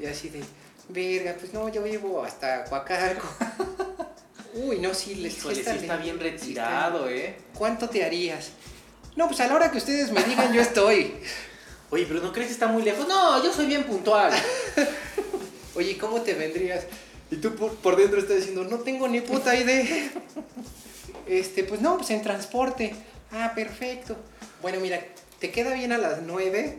[SPEAKER 3] Y así de, verga, pues no, yo vivo hasta Coacalco. Uy, no, sí, les
[SPEAKER 4] Híjole, sí está bien retirado, ¿eh?
[SPEAKER 3] ¿Cuánto te harías? No, pues a la hora que ustedes me digan, yo estoy.
[SPEAKER 4] Oye, pero ¿no crees que está muy lejos? No, yo soy bien puntual.
[SPEAKER 3] Oye, ¿cómo te vendrías? Y tú por, por dentro estás diciendo, no tengo ni puta idea. Este, pues no, pues en transporte. Ah, perfecto. Bueno, mira, ¿te queda bien a las 9?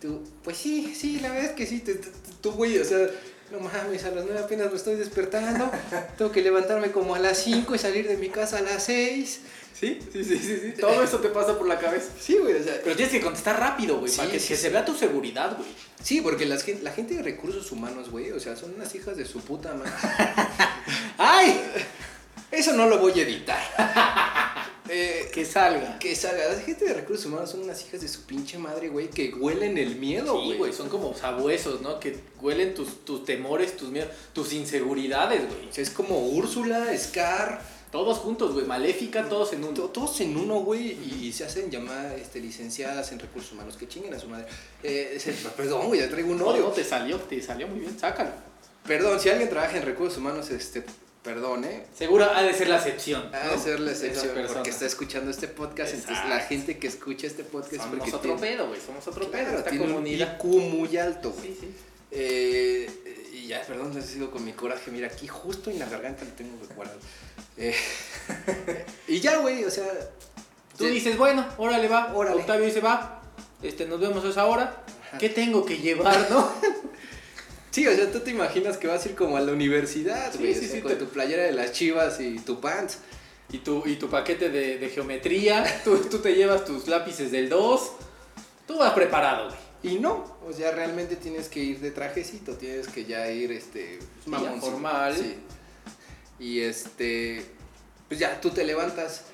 [SPEAKER 3] Tú, pues sí, sí, la verdad es que sí. te- te- Tú, güey, o sea, no mames, a las 9 apenas me estoy despertando. Tengo que levantarme como a las 5 y salir de mi casa a las 6.
[SPEAKER 4] ¿Sí? Sí, sí, sí, sí. Todo eso te pasa por la cabeza.
[SPEAKER 3] Sí, güey, o sea,
[SPEAKER 4] Pero tienes que contestar rápido, güey,
[SPEAKER 3] Sí,
[SPEAKER 4] para que,
[SPEAKER 3] sí,
[SPEAKER 4] que se vea tu seguridad, güey.
[SPEAKER 3] sí, porque las gen- la gente de recursos humanos, güey, o sea, son unas hijas de su puta madre.
[SPEAKER 4] ¡Ay!
[SPEAKER 3] Eso no lo voy a editar. Eh,
[SPEAKER 4] Que salga.
[SPEAKER 3] que salga. La gente de recursos humanos son unas hijas de su pinche madre, güey, que huelen el miedo,
[SPEAKER 4] Sí, güey, son como sabuesos, ¿no? Que huelen tus, tus temores, tus miedos, tus inseguridades, güey.
[SPEAKER 3] O sea, es como Úrsula, Scar,
[SPEAKER 4] Todos juntos, güey. Maléfica, todos en
[SPEAKER 3] to-
[SPEAKER 4] uno.
[SPEAKER 3] todos en uno, güey, y se hacen llamar este, licenciadas en recursos humanos. Que chinguen a su madre. Eh, se- perdón, güey, ya traigo un
[SPEAKER 4] No,
[SPEAKER 3] odio.
[SPEAKER 4] no, te salió, te salió muy bien, sácalo.
[SPEAKER 3] Perdón, si alguien trabaja en recursos humanos, este, perdón, ¿eh?
[SPEAKER 4] Seguro ha de ser la excepción.
[SPEAKER 3] Ha
[SPEAKER 4] ¿no?
[SPEAKER 3] de ser la
[SPEAKER 4] Esas
[SPEAKER 3] excepción porque
[SPEAKER 4] personas.
[SPEAKER 3] está escuchando este podcast. Entonces, la
[SPEAKER 4] Exacto.
[SPEAKER 3] gente que escucha este podcast es
[SPEAKER 4] Somos
[SPEAKER 3] porque
[SPEAKER 4] otro
[SPEAKER 3] tiene,
[SPEAKER 4] pedo, güey. Somos otro pedo.
[SPEAKER 3] claro,
[SPEAKER 4] Esta
[SPEAKER 3] tiene un
[SPEAKER 4] comunidad.
[SPEAKER 3] IQ muy alto, güey.
[SPEAKER 4] Sí, sí.
[SPEAKER 3] Eh, y ya, perdón, no sigo con mi coraje. Mira, aquí justo en la garganta lo tengo guardado. Eh, y ya, güey, o sea.
[SPEAKER 4] Tú
[SPEAKER 3] de-
[SPEAKER 4] dices, bueno, órale va,
[SPEAKER 3] Órale.
[SPEAKER 4] Octavio dice, va, este, nos vemos a esa hora. ¿Qué tengo que llevar, no?
[SPEAKER 3] Sí, o sea, tú te imaginas que vas a ir como a la universidad,
[SPEAKER 4] Sí,
[SPEAKER 3] güey.
[SPEAKER 4] sí,
[SPEAKER 3] o sea,
[SPEAKER 4] sí,
[SPEAKER 3] con
[SPEAKER 4] te-
[SPEAKER 3] tu playera de las chivas y tu pants.
[SPEAKER 4] Y tu, y tu paquete de, de geometría, tú, tú te llevas tus lápices del 2. Tú vas preparado, güey.
[SPEAKER 3] Y no, o sea, realmente tienes que ir de trajecito, tienes que ya ir, este,
[SPEAKER 4] ya
[SPEAKER 3] mamoncito,
[SPEAKER 4] formal.
[SPEAKER 3] sí. Y este, pues ya, tú te levantas.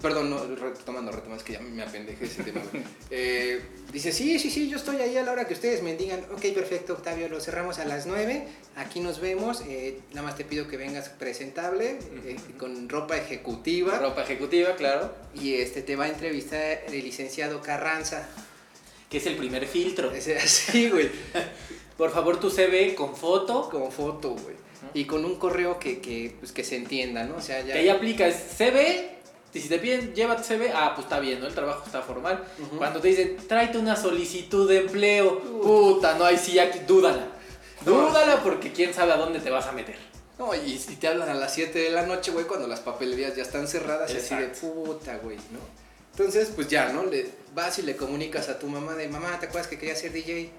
[SPEAKER 3] Perdón, no, retomando, retomando, es que ya me apendejé ese tema. güey. Eh, dice, sí, sí, sí, yo estoy ahí a la hora que ustedes me digan. Ok, perfecto, Octavio, lo cerramos a las 9. Aquí nos vemos. eh, nada más te pido que vengas presentable, eh, con ropa ejecutiva.
[SPEAKER 4] Ropa ejecutiva, claro.
[SPEAKER 3] Y este, te va a entrevistar el licenciado Carranza.
[SPEAKER 4] Que es el primer filtro.
[SPEAKER 3] Ese- Así, güey.
[SPEAKER 4] Por favor, tu CV con foto.
[SPEAKER 3] con foto, güey. Y con un correo que, que, pues, que se entienda, ¿no? O sea, ya.
[SPEAKER 4] Que ahí aplica, es CV. Y si te piden, llévate CV. Ah, pues está bien, ¿no? El trabajo está formal.
[SPEAKER 3] Ujú.
[SPEAKER 4] Cuando te dicen, tráete una solicitud de empleo. Puta, no, ahí sí, aquí, dúdala. Dúdala porque quién sabe a dónde te vas a meter.
[SPEAKER 3] No, y, y te hablan a las 7 de la noche, güey, cuando las papelerías ya están cerradas y así de
[SPEAKER 4] Exacto.
[SPEAKER 3] puta, güey, ¿no? Entonces, pues ya, ¿no? Le vas y le comunicas a tu mamá de mamá, ¿te acuerdas que quería ser DJ?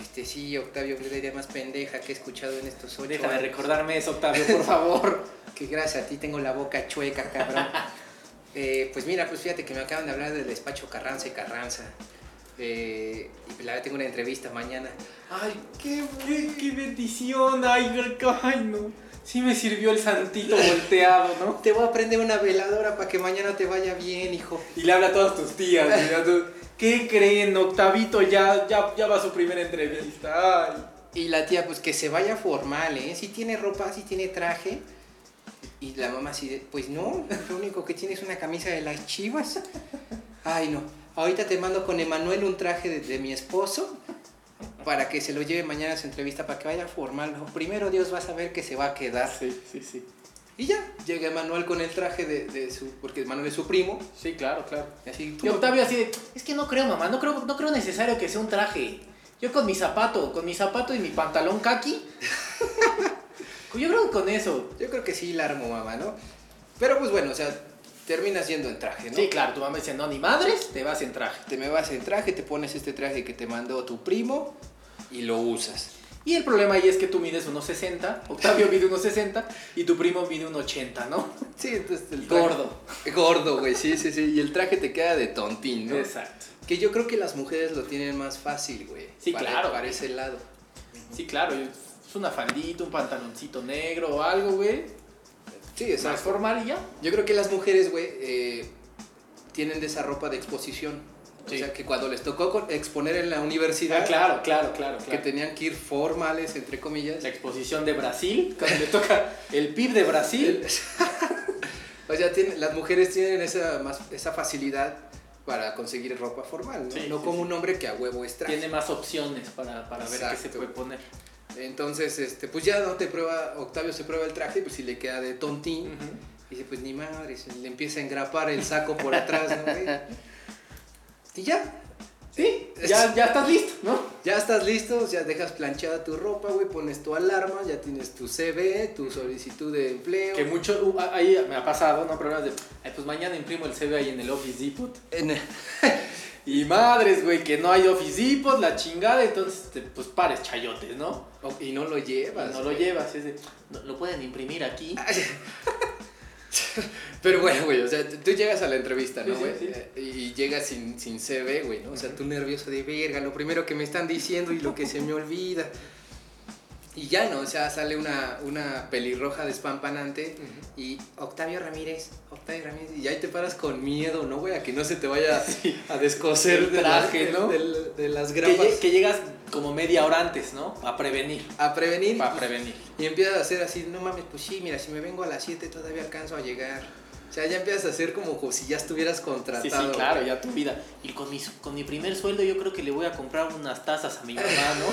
[SPEAKER 3] Este sí, Octavio, qué idea más pendeja que he escuchado en estos ocho
[SPEAKER 4] Déjame
[SPEAKER 3] años.
[SPEAKER 4] recordarme eso, Octavio, por favor.
[SPEAKER 3] Que gracias a ti tengo la boca chueca, cabrón. Eh, pues mira, pues fíjate que me acaban de hablar del despacho Carranza y Carranza. Eh, y pues la verdad tengo una entrevista mañana.
[SPEAKER 4] Ay, qué, qué, qué bendición. Ay, gra- ay, no. Sí me sirvió el santito volteado, ¿no?
[SPEAKER 3] Te voy a prender una veladora para que mañana te vaya bien, hijo.
[SPEAKER 4] Y le habla a todas tus tías. mira, tú, ¿Qué creen? Octavito ya, ya, ya va a su primera entrevista. Ay.
[SPEAKER 3] Y la tía, pues que se vaya formal, ¿eh? Si tiene ropa, si tiene traje. Y la mamá así, de, pues no, lo único que tiene es una camisa de las chivas. Ay, no. Ahorita te mando con Emanuel un traje de, de mi esposo para que se lo lleve mañana a su entrevista, para que vaya formal. Primero Dios va a saber que se va a quedar.
[SPEAKER 4] Ah, Sí, sí, sí.
[SPEAKER 3] Y ya, llega Emanuel con el traje de, de su, porque Emanuel es su primo.
[SPEAKER 4] Sí, claro, claro.
[SPEAKER 3] Y así,
[SPEAKER 4] Y Octavio así de, es que no creo, mamá, no creo, no creo necesario que sea un traje. Yo con mi zapato, con mi zapato y mi pantalón kaki. Yo creo que con eso.
[SPEAKER 3] Yo creo que sí la armo, mamá, ¿no? Pero pues bueno, o sea, terminas yendo en traje, ¿no?
[SPEAKER 4] Sí, claro, tu mamá dice, no, ni madres, te vas en traje.
[SPEAKER 3] Te me vas en traje, te pones este traje que te mandó tu primo y lo usas.
[SPEAKER 4] Y el problema ahí es que tú mides unos 60, Octavio mide unos 60 y tu primo mide unos 80, ¿no?
[SPEAKER 3] Sí, entonces el traje-
[SPEAKER 4] Gordo.
[SPEAKER 3] Gordo, güey, sí, sí, sí. Y el traje te queda de tontín, ¿no?
[SPEAKER 4] Exacto.
[SPEAKER 3] Que yo creo que las mujeres lo tienen más fácil, güey.
[SPEAKER 4] Sí,
[SPEAKER 3] para-
[SPEAKER 4] claro.
[SPEAKER 3] Para ese lado.
[SPEAKER 4] Sí, claro, es una faldita, un pantaloncito negro o algo, güey.
[SPEAKER 3] Sí,
[SPEAKER 4] Más
[SPEAKER 3] exacto.
[SPEAKER 4] formal y ya.
[SPEAKER 3] Yo creo que las mujeres, güey, eh, tienen de esa ropa de exposición.
[SPEAKER 4] Sí. Ah,
[SPEAKER 3] O sea, que cuando les tocó con- exponer en la universidad,
[SPEAKER 4] claro, claro, claro.
[SPEAKER 3] que tenían que ir formales, entre comillas.
[SPEAKER 4] La exposición de Brasil, cuando le toca el PIB de Brasil.
[SPEAKER 3] O sea, tiene- las mujeres tienen esa, más, esa facilidad para conseguir ropa formal, ¿no?
[SPEAKER 4] Sí,
[SPEAKER 3] no
[SPEAKER 4] sí,
[SPEAKER 3] como
[SPEAKER 4] sí.
[SPEAKER 3] un hombre que a huevo es traje.
[SPEAKER 4] Tiene más opciones para, para ver qué se
[SPEAKER 3] Exacto.
[SPEAKER 4] puede poner.
[SPEAKER 3] Entonces, este, pues ya no te prueba, Octavio se prueba el traje, pues si le queda de tontín. Y dice, pues ni madre, se le empieza a engrapar el saco por atrás, ¿no? güey? y ya,
[SPEAKER 4] Sí, ya, ya estás listo, ¿no?
[SPEAKER 3] ya estás listo, ya dejas planchada tu ropa, güey, pones tu alarma, ya tienes tu CV, tu solicitud de empleo.
[SPEAKER 4] Que mucho, uh, ah, ahí me ha pasado, ¿no? Problemas de, ay, pues mañana imprimo el CV ahí en el Office Depot.
[SPEAKER 3] En-
[SPEAKER 4] Y madres, güey, que no hay Office Depot, la chingada, entonces, te- pues pares chayotes, ¿no?
[SPEAKER 3] y no lo
[SPEAKER 4] Y
[SPEAKER 3] llevas.
[SPEAKER 4] no lo llevas, es de, "No, lo pueden imprimir aquí.
[SPEAKER 3] Pero bueno, güey, o sea, tú tú llegas a la entrevista, ¿no,
[SPEAKER 4] Sí, sí,
[SPEAKER 3] güey?
[SPEAKER 4] sí.
[SPEAKER 3] Eh, Y llegas sin, sin CV, güey, ¿no? O sea, tú nervioso de verga, lo primero que me están diciendo y lo que se me olvida. Y ya, ¿no? O sea, sale una, una pelirroja despampanante y Octavio Ramírez, Octavio Ramírez, y ahí te paras con miedo, ¿no, güey? A que no se te vaya a descoser
[SPEAKER 4] El
[SPEAKER 3] de, la-
[SPEAKER 4] traje, ¿no?
[SPEAKER 3] de- de las
[SPEAKER 4] Que,
[SPEAKER 3] grapas.
[SPEAKER 4] lle- que llegas como media hora antes, ¿no? A prevenir.
[SPEAKER 3] A prevenir.
[SPEAKER 4] Para prevenir.
[SPEAKER 3] Y empiezas a hacer así, no mames, pues sí, mira, si me vengo a las 7 todavía alcanzo a llegar. O sea, ya empiezas a hacer como co- si ya estuvieras contratado.
[SPEAKER 4] Sí, sí, claro, ya tu vida. Y con mi, con mi primer sueldo yo creo que le voy a comprar unas tazas a mi mamá, ¿no?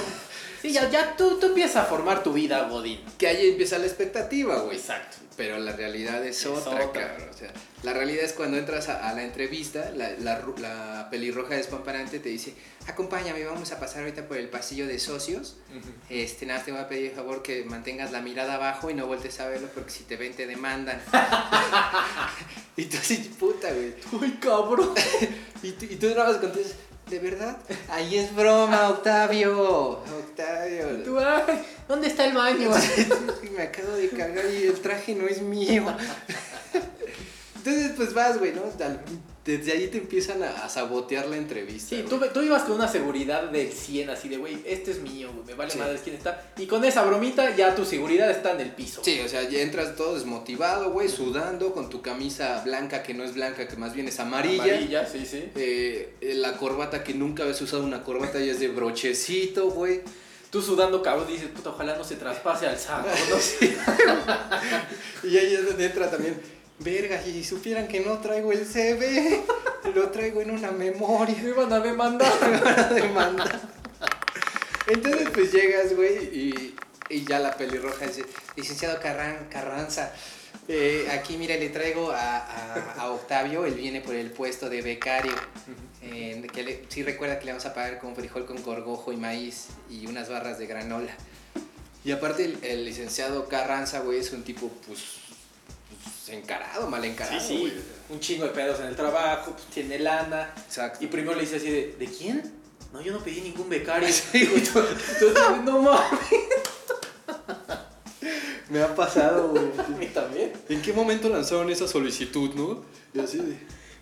[SPEAKER 4] Sí, ya, ya tú, tú empiezas a formar tu vida, Godín.
[SPEAKER 3] Que ahí empieza la expectativa, güey.
[SPEAKER 4] Exacto.
[SPEAKER 3] Pero la realidad es,
[SPEAKER 4] Es
[SPEAKER 3] otra,
[SPEAKER 4] otra.
[SPEAKER 3] cabrón. O sea, La realidad es cuando entras a, a la entrevista, la, la, ru- la pelirroja despamparante te dice, acompáñame, vamos a pasar ahorita por el pasillo de socios. Este, nada, más te voy a pedir el favor que mantengas la mirada abajo y no voltes a verlo porque si te ven te demandan. y tú así, puta, güey.
[SPEAKER 4] Uy, cabrón.
[SPEAKER 3] Y tú, y tú nada más contestas, ¿de verdad? Ahí es broma, Octavio. Octavio.
[SPEAKER 4] Tú, ay, ¿Dónde está el baño?
[SPEAKER 3] Me acabo de cagar y el traje no es mío. Entonces, pues vas, güey, ¿no? Al- Desde ahí te empiezan a, a sabotear la entrevista.
[SPEAKER 4] Sí,
[SPEAKER 3] güey.
[SPEAKER 4] tú, tú ibas con una seguridad del 100, así de, güey, este es mío, güey, me vale
[SPEAKER 3] Sí.
[SPEAKER 4] madre quién está. Y con esa bromita ya tu seguridad está en el piso.
[SPEAKER 3] Sí, o sea, ya entras todo desmotivado, güey, sudando, con tu camisa blanca que no es blanca, que más bien es amarilla.
[SPEAKER 4] Amarilla, sí, sí.
[SPEAKER 3] Eh, eh, la corbata que nunca habías usado una corbata ya es de brochecito, güey.
[SPEAKER 4] Tú sudando, cabrón, dices, puta, ojalá no se traspase al saco, ¿no?
[SPEAKER 3] Y ahí es donde entra también. Verga, si supieran que no traigo el CV, lo traigo en una memoria.
[SPEAKER 4] Me iban a demandar.
[SPEAKER 3] Una demanda. Entonces, pues llegas, güey, y, y ya la pelirroja dice: Licenciado Carran- Carranza, eh, aquí, mire, le traigo a, a- a Octavio, él viene por el puesto de becario. Eh, que le- sí, recuerda que le vamos a pagar con frijol con gorgojo y maíz y unas barras de granola. Y aparte, el, el licenciado Carranza, güey, es un tipo, pues, pues, encarado, mal encarado.
[SPEAKER 4] Sí,
[SPEAKER 3] güey.
[SPEAKER 4] sí. Un chingo de pedos en el trabajo, pues tiene lana.
[SPEAKER 3] Exacto.
[SPEAKER 4] Y primero le dice así de, ¿de quién? No, yo no pedí ningún becario. Y tú- tú dices, no mames.
[SPEAKER 3] Me ha pasado, güey.
[SPEAKER 4] A mí también.
[SPEAKER 3] ¿En qué momento lanzaron esa solicitud, no? Y así de...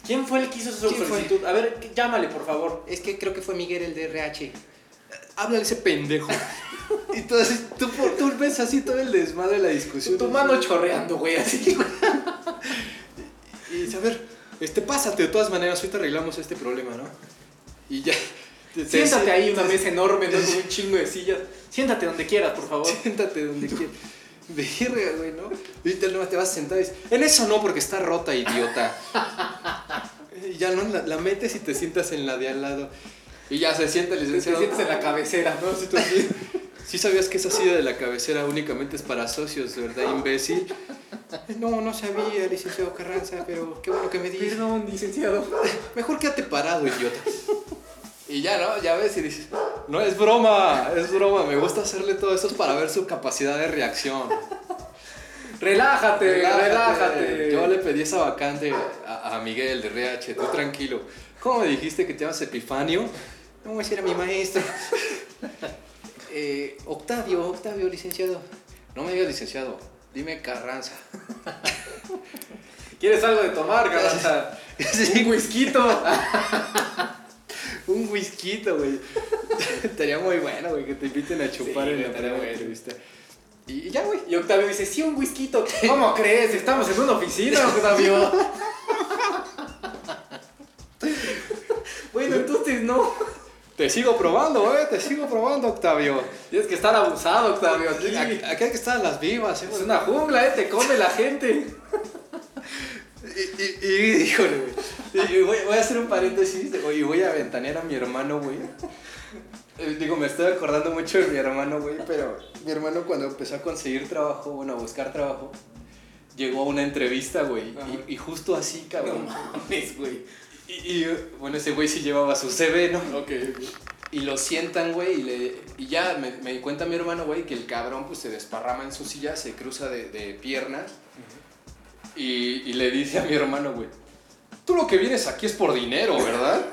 [SPEAKER 4] ¿Quién fue el que hizo esa
[SPEAKER 3] ¿Quién fue?
[SPEAKER 4] solicitud? A ver, que- llámale, por favor.
[SPEAKER 3] Es que creo que fue Miguel el DRH. Háblale ese pendejo. y tú, así- tú, por- tú ves así todo el desmadre de la discusión.
[SPEAKER 4] Tu mano chorreando, güey, así.
[SPEAKER 3] Y dice, a ver, este, pásate de todas maneras, ahorita arreglamos este problema, ¿no? Y ya... te- te-
[SPEAKER 4] Siéntate ahí una
[SPEAKER 3] te-
[SPEAKER 4] mesa enorme, ¿no? Con un chingo de sillas. Siéntate donde quieras, por favor.
[SPEAKER 3] Siéntate donde quieras. Verga, güey, ¿no? Y te, nomás te vas a sentar y dices, en eso no, porque está rota, idiota. y ya no, la, la metes y te sientas en la de al lado. Y ya se sienta el
[SPEAKER 4] Te
[SPEAKER 3] licenciado.
[SPEAKER 4] sientes en la cabecera, ¿no? Así tú así.
[SPEAKER 3] Sí sabías que esa silla de la cabecera únicamente es para socios, ¿verdad, imbécil? No, no sabía, licenciado Carranza, pero qué bueno que me dices.
[SPEAKER 4] Perdón, licenciado.
[SPEAKER 3] Mejor quédate parado, idiota. Y ya, ¿no? Ya ves y dices, no, es broma, es broma, me gusta hacerle todo eso para ver su capacidad de reacción.
[SPEAKER 4] Relájate, relájate.
[SPEAKER 3] Yo le pedí esa vacante a, a Miguel de RH, tú tranquilo. ¿Cómo me dijiste que te llamas Epifanio? No, ese era mi maestro. Eh, Octavio, Octavio, licenciado. No me digas licenciado, dime Carranza.
[SPEAKER 4] ¿Quieres algo de tomar, garanta?
[SPEAKER 3] Sí,
[SPEAKER 4] Un whisky.
[SPEAKER 3] un whisky, güey. estaría muy bueno, güey, que te inviten a chupar
[SPEAKER 4] Sí,
[SPEAKER 3] en la
[SPEAKER 4] güey, estaría
[SPEAKER 3] primera
[SPEAKER 4] bueno.
[SPEAKER 3] entrevista. Y y ya, güey.
[SPEAKER 4] Y Octavio dice, sí, un whisky. ¿Cómo crees? Estamos en una oficina, Octavio. bueno, entonces no.
[SPEAKER 3] Te sigo probando, eh, te sigo probando, Octavio.
[SPEAKER 4] Tienes que estar abusado, Octavio. Aquí.
[SPEAKER 3] Acá que están las vivas, eh.
[SPEAKER 4] Es una jungla, ¿eh? Te come la gente.
[SPEAKER 3] Y, y, y, híjole, güey. Y- y voy, voy a hacer un paréntesis de- y voy a ventanear a mi hermano, güey. Eh, Digo, me estoy acordando mucho de mi hermano, güey, pero mi hermano cuando empezó a conseguir trabajo, bueno, a buscar trabajo, llegó a una entrevista, güey,
[SPEAKER 4] Ajá.
[SPEAKER 3] y, y justo así,
[SPEAKER 4] No
[SPEAKER 3] cabrón.
[SPEAKER 4] mames, güey.
[SPEAKER 3] y, y, eh, bueno, ese güey sí llevaba su CV, ¿no?
[SPEAKER 4] Ok,
[SPEAKER 3] Y lo sientan, güey, y, le, y ya me, me di cuenta mi hermano, güey, que el cabrón pues se desparrama en su silla, se cruza de, de piernas y, y le dice a mi hermano, güey, tú lo que vienes aquí es por dinero, ¿verdad?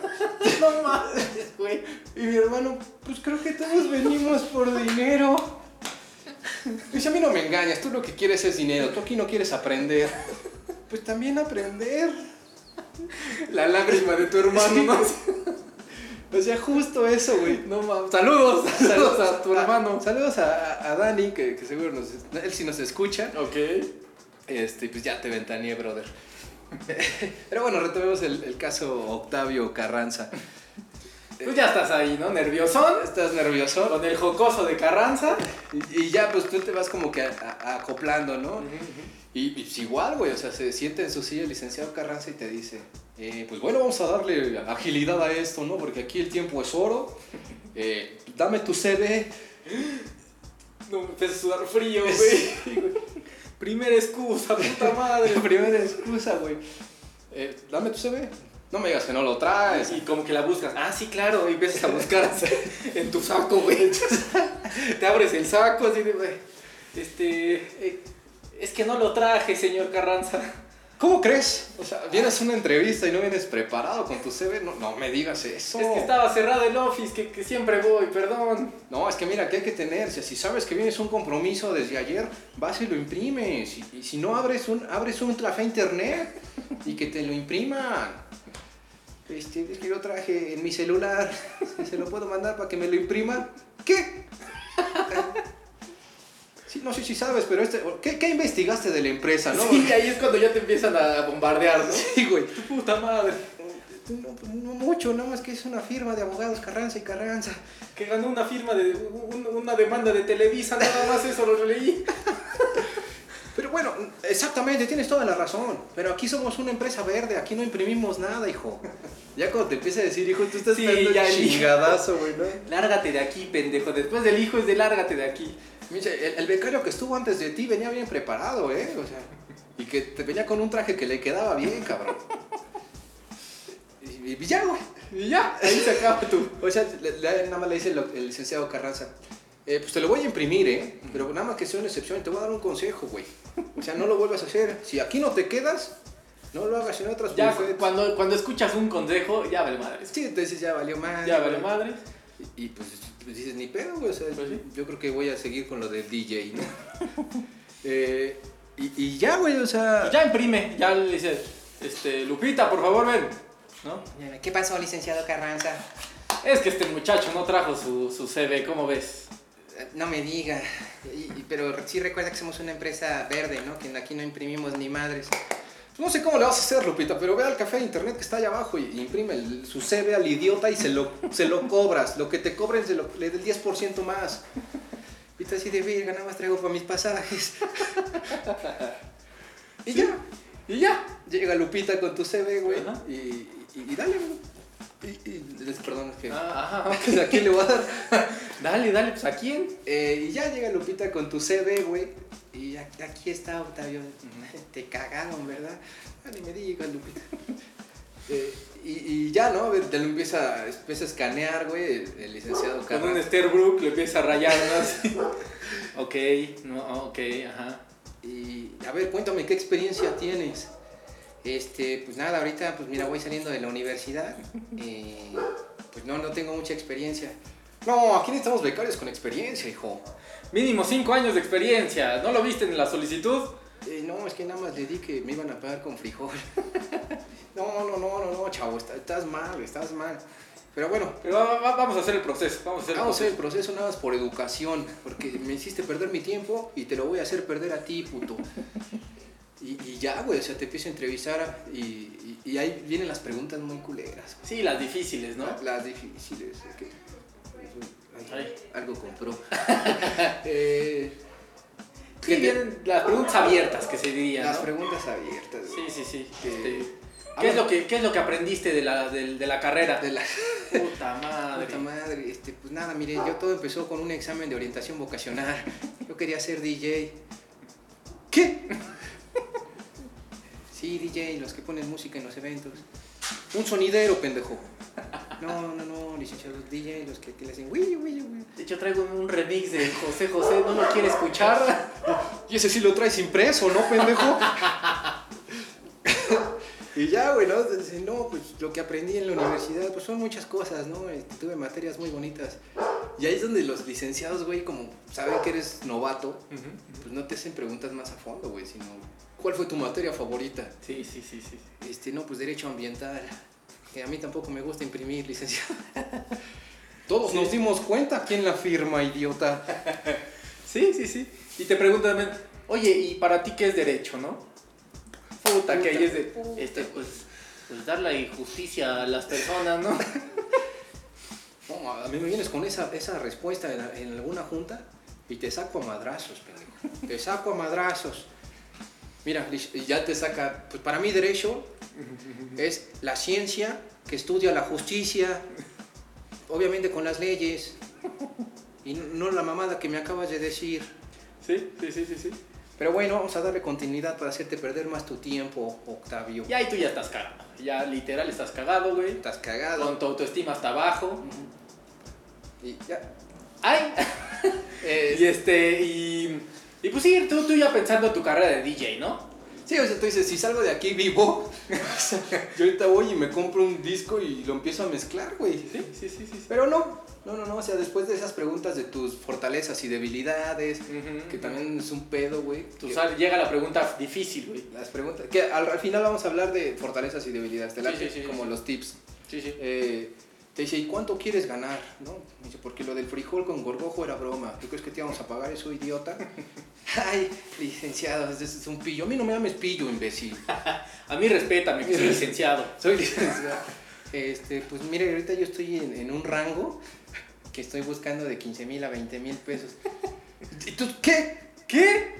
[SPEAKER 4] No mames, güey.
[SPEAKER 3] y mi hermano, pues creo que todos venimos por dinero. Dice, a mí no me engañas, tú lo que quieres es dinero, tú aquí no quieres aprender. Pues también aprender.
[SPEAKER 4] La lágrima de tu hermano, ¿no?
[SPEAKER 3] O sea, justo eso, güey.
[SPEAKER 4] No mames. Saludos, saludos a tu hermano.
[SPEAKER 3] Ah, Saludos a, a- a Dani, que, que seguro nos, él sí nos escucha.
[SPEAKER 4] Ok.
[SPEAKER 3] Este, pues ya te ventaneé, brother. Pero bueno, retomemos el, el caso Octavio Carranza. Eh,
[SPEAKER 4] Tú Pues ya estás ahí, ¿no? Nerviosón.
[SPEAKER 3] ¿Estás nervioso?
[SPEAKER 4] Con el jocoso de Carranza.
[SPEAKER 3] Y, y ya, pues tú te vas como que a- a- acoplando, ¿no? Y y pues, igual, güey, o sea, se siente en su silla el licenciado Carranza y te dice, eh, pues bueno, vamos a darle agilidad a esto, ¿no? Porque aquí el tiempo es oro. Eh, dame tu CV.
[SPEAKER 4] No, me empecé a sudar frío, güey.
[SPEAKER 3] Sí,
[SPEAKER 4] Primera excusa, puta madre.
[SPEAKER 3] La primera excusa, güey. eh, dame tu CV. No me digas que no lo traes.
[SPEAKER 4] Y como que la buscas. Ah, sí, claro. Y empiezas a buscar en tu
[SPEAKER 3] saco, güey.
[SPEAKER 4] Te abres el saco así de, güey. Este. eh, es que no lo traje, señor Carranza.
[SPEAKER 3] ¿Cómo crees? O sea, vienes a una entrevista y no vienes preparado con tu CV. No, no me digas eso.
[SPEAKER 4] Ah, Es que estaba cerrado el office, que, que siempre voy, perdón.
[SPEAKER 3] No, es que mira, que hay que tenerse. Si sabes que vienes un compromiso desde ayer, vas y lo imprimes. Y, y si no, abres un, abres un café internet y que te lo impriman. Este, es que yo traje en mi celular. Se lo puedo mandar para que me lo impriman. ¿Qué? Sí, no sé si sabes, pero este, ¿qué, qué investigaste de la empresa, no?
[SPEAKER 4] Sí, ahí es cuando ya te empiezan a bombardear, ¿no?
[SPEAKER 3] Sí, güey.
[SPEAKER 4] Tu puta madre.
[SPEAKER 3] No, pues, no mucho, nada más que es una firma de abogados Carranza y Carranza.
[SPEAKER 4] Que ganó una firma de. un- una demanda de Televisa, nada más eso lo leí.
[SPEAKER 3] Pero bueno, exactamente, tienes toda la razón. Pero aquí somos una empresa verde, aquí no imprimimos nada, hijo. Ya cuando te empieza a decir, hijo, tú estás
[SPEAKER 4] Sí,
[SPEAKER 3] dando
[SPEAKER 4] ya, hijo.
[SPEAKER 3] chingadazo, güey, ¿no?
[SPEAKER 4] Lárgate de aquí, pendejo. Después del hijo es de lárgate de aquí.
[SPEAKER 3] Mira, el, el becario que estuvo antes de ti venía bien preparado, ¿eh? O sea, y que te venía con un traje que le quedaba bien, cabrón. Y, y ya, güey.
[SPEAKER 4] Y ya, ahí se acaba tu.
[SPEAKER 3] O sea, le- le- nada más le dice el, el licenciado Carranza, "Eh, pues te lo voy a imprimir, ¿eh? Pero nada más que sea una excepción, te voy a dar un consejo, güey. O sea, no lo vuelvas a hacer. Si aquí no te quedas, no lo hagas en otras
[SPEAKER 4] Ya,
[SPEAKER 3] bufetes".
[SPEAKER 4] cuando, cuando escuchas un consejo, ya vale madres.
[SPEAKER 3] Sí, entonces ya valió madre.
[SPEAKER 4] Ya vale
[SPEAKER 3] güey.
[SPEAKER 4] madres.
[SPEAKER 3] Y, y, pues, pues dices, ni pedo, güey. O sea,
[SPEAKER 4] Pues sí.
[SPEAKER 3] yo creo que voy a seguir con lo del DJ, ¿no? Eh, y, y ya, güey, o sea...
[SPEAKER 4] Y Pues ya imprime, ya le dices, este, Lupita, por favor, ven. ¿No?
[SPEAKER 3] ¿Qué pasó, licenciado Carranza?
[SPEAKER 4] Es que este muchacho no trajo su, su CV, ¿cómo ves?
[SPEAKER 3] No me diga. pero sí recuerda que somos una empresa verde, ¿no? Que aquí no imprimimos ni madres. No sé cómo le vas a hacer, Lupita, pero ve al café de internet que está allá abajo y, y imprime el- su CV al idiota y se lo, se lo cobras. Lo que te cobren se lo, le del 10% más. Lupita así de verga, nada más traigo para mis pasajes. y ya,
[SPEAKER 4] Y ya.
[SPEAKER 3] llega Lupita con tu CV, güey.
[SPEAKER 4] Ajá.
[SPEAKER 3] Y, y- y dale, güey. Y, y- perdón, es que...
[SPEAKER 4] Ah, ajá.
[SPEAKER 3] ¿A quién le voy a dar?
[SPEAKER 4] Dale, dale, pues a quién.
[SPEAKER 3] Eh, y ya llega Lupita con tu CV, güey. Y aquí, aquí está Octavio. Te cagaron, ¿verdad? Ah, ni me digas, Lupita. Eh, y, y ya, ¿no? A ver, Te lo empieza, empieza a escanear, güey, el, el licenciado
[SPEAKER 4] Con un
[SPEAKER 3] Carranza.
[SPEAKER 4] Sterbrook le empieza a rayar, ¿no? Así. ok, no, ok, ajá.
[SPEAKER 3] Y a ver, cuéntame, ¿qué experiencia tienes? Este, pues nada, ahorita, pues mira, voy saliendo de la universidad. Eh, pues no, no tengo mucha experiencia. No, aquí necesitamos becarios con experiencia, hijo.
[SPEAKER 4] Mínimo 5 años de experiencia. ¿No lo viste en la solicitud?
[SPEAKER 3] Eh, no, es que nada más le di que me iban a pagar con frijol. no, no, no, no, no, chavo, está- estás mal, estás mal. Pero bueno,
[SPEAKER 4] Pero va- va- vamos a hacer el proceso. Vamos a hacer el
[SPEAKER 3] vamos a hacer el
[SPEAKER 4] proceso.
[SPEAKER 3] proceso nada más por educación, porque me hiciste perder mi tiempo y te lo voy a hacer perder a ti, puto. Y, y ya, güey, o sea, te empiezo a entrevistar y, y- y ahí vienen las preguntas muy culeras,
[SPEAKER 4] Sí, las difíciles, ¿no?
[SPEAKER 3] las- las difíciles. ok. Ay,
[SPEAKER 4] Ay.
[SPEAKER 3] Algo compró. Eh,
[SPEAKER 4] Sí,
[SPEAKER 3] que te-
[SPEAKER 4] vienen Ah, las preguntas abiertas que se dirían,
[SPEAKER 3] las
[SPEAKER 4] ¿no?
[SPEAKER 3] preguntas abiertas. güey.
[SPEAKER 4] Sí, sí, sí.
[SPEAKER 3] Que-
[SPEAKER 4] este,
[SPEAKER 3] Ah,
[SPEAKER 4] ¿qué, es
[SPEAKER 3] bueno.
[SPEAKER 4] lo que, ¿Qué es lo que aprendiste de la, del- de la carrera?
[SPEAKER 3] De la-
[SPEAKER 4] Puta madre.
[SPEAKER 3] Puta madre, este, pues nada, mire, yo todo empezó con un examen de orientación vocacional. Yo quería ser DJ. ¿Qué? Sí, DJ, los que ponen música en los eventos. Un sonidero, pendejo. No, no, no, licenciados DJ, los que, que le hacen "Wii, wii, wii".
[SPEAKER 4] De hecho, traigo un remix de José José, ¿no lo quiere escuchar?
[SPEAKER 3] Y ese sí lo traes impreso, ¿no, pendejo? y ya, güey, ¿no? Dice, no, pues lo que aprendí en la universidad, pues son muchas cosas, ¿no? Este, tuve materias muy bonitas. Y ahí es donde los licenciados, güey, como saben que eres novato, pues no te hacen preguntas más a fondo, güey, sino, ¿cuál fue tu materia favorita?
[SPEAKER 4] Sí, sí, sí, sí.
[SPEAKER 3] Este, no, pues derecho ambiental. Que a mí tampoco me gusta imprimir, licenciado. Todos nos dimos cuenta quién la firma, idiota.
[SPEAKER 4] Sí, sí, sí. Y te preguntan también, oye, ¿y para ti qué es derecho, no? Puta, que ahí es de. Este, pues, pues darle justicia a las personas, ¿no?
[SPEAKER 3] No, a mí me vienes con esa, esa respuesta en, en alguna junta y te saco a madrazos, pendejo. Te saco a madrazos. Mira, Lish, y ya te saca. Pues para mí, derecho es la ciencia que estudia la justicia, obviamente con las leyes, y no, no la mamada que me acabas de decir.
[SPEAKER 4] Sí, sí, sí, sí, sí.
[SPEAKER 3] Pero bueno, vamos a darle continuidad para hacerte perder más tu tiempo, Octavio.
[SPEAKER 4] Y ahí tú ya estás cagado. Ya literal estás cagado, güey.
[SPEAKER 3] Estás cagado.
[SPEAKER 4] Con tu autoestima hasta abajo.
[SPEAKER 3] Y ya.
[SPEAKER 4] ¡Ay!
[SPEAKER 3] Eh,
[SPEAKER 4] Y este, y, y pues sí, tú, tú ya pensando en tu carrera de DJ, ¿no?
[SPEAKER 3] Sí, o sea, tú dices, si salgo de aquí vivo, yo ahorita voy y me compro un disco y lo empiezo a mezclar, güey.
[SPEAKER 4] Sí, sí, sí, sí.
[SPEAKER 3] Pero no, no, no, no, o sea, después de esas preguntas de tus fortalezas y debilidades,
[SPEAKER 4] Ujú.
[SPEAKER 3] que también es un pedo, güey.
[SPEAKER 4] Tú
[SPEAKER 3] que-
[SPEAKER 4] sal- llega la pregunta difícil, güey.
[SPEAKER 3] Las preguntas, que al, al final vamos a hablar de fortalezas y debilidades, te
[SPEAKER 4] Sí,
[SPEAKER 3] late?
[SPEAKER 4] sí, sí, sí,
[SPEAKER 3] como
[SPEAKER 4] sí.
[SPEAKER 3] los tips.
[SPEAKER 4] Sí, sí.
[SPEAKER 3] Eh, te dice, ¿y cuánto quieres ganar? ¿No? Me dice, porque lo del frijol con gorgojo era broma. ¿Tú crees que te íbamos a pagar eso, idiota? Ay, licenciado, ese es un pillo. A mí no me llames pillo, imbécil.
[SPEAKER 4] A mí respétame, que soy licenciado.
[SPEAKER 3] Soy licenciado. Este, pues mire, ahorita yo estoy en, en un rango que estoy buscando de 15 mil a 20 mil pesos. ¿Y tú qué?
[SPEAKER 4] ¿Qué?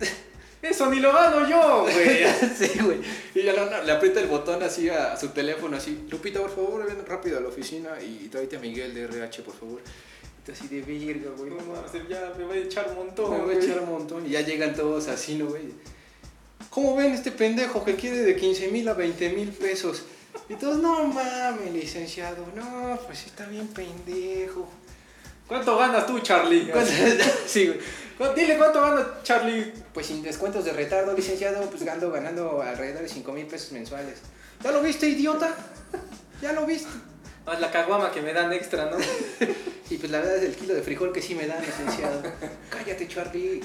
[SPEAKER 4] Eso ni lo gano yo, güey.
[SPEAKER 3] sí, güey. Y ya no, no, le aprieta el botón así a, a su teléfono, así. Lupita, por favor, ven rápido a la oficina y tráete a Miguel de RH, por favor. Y tú así de verga, güey.
[SPEAKER 4] No
[SPEAKER 3] No mames.
[SPEAKER 4] mames, ya me voy a echar un montón.
[SPEAKER 3] Me voy a
[SPEAKER 4] güey.
[SPEAKER 3] echar un montón. Y ya llegan todos así, ¿no, güey? ¿Cómo ven este pendejo que quiere de 15 mil a 20 mil pesos? Y todos, no mames, licenciado. No, pues sí está bien pendejo.
[SPEAKER 4] ¿Cuánto ganas tú, Charlie?
[SPEAKER 3] ¿Cuánto- sí, güey.
[SPEAKER 4] Cu- Dile cuánto gana Charlie.
[SPEAKER 3] Pues sin descuentos de retardo, licenciado, pues ando ganando alrededor de 5 mil pesos mensuales. ¿Ya lo viste, idiota? ¿Ya lo viste?
[SPEAKER 4] Más Ah, la caguama que me dan extra, ¿no?
[SPEAKER 3] Y pues la verdad es el kilo de frijol que sí me dan, licenciado. Cállate, Charlie.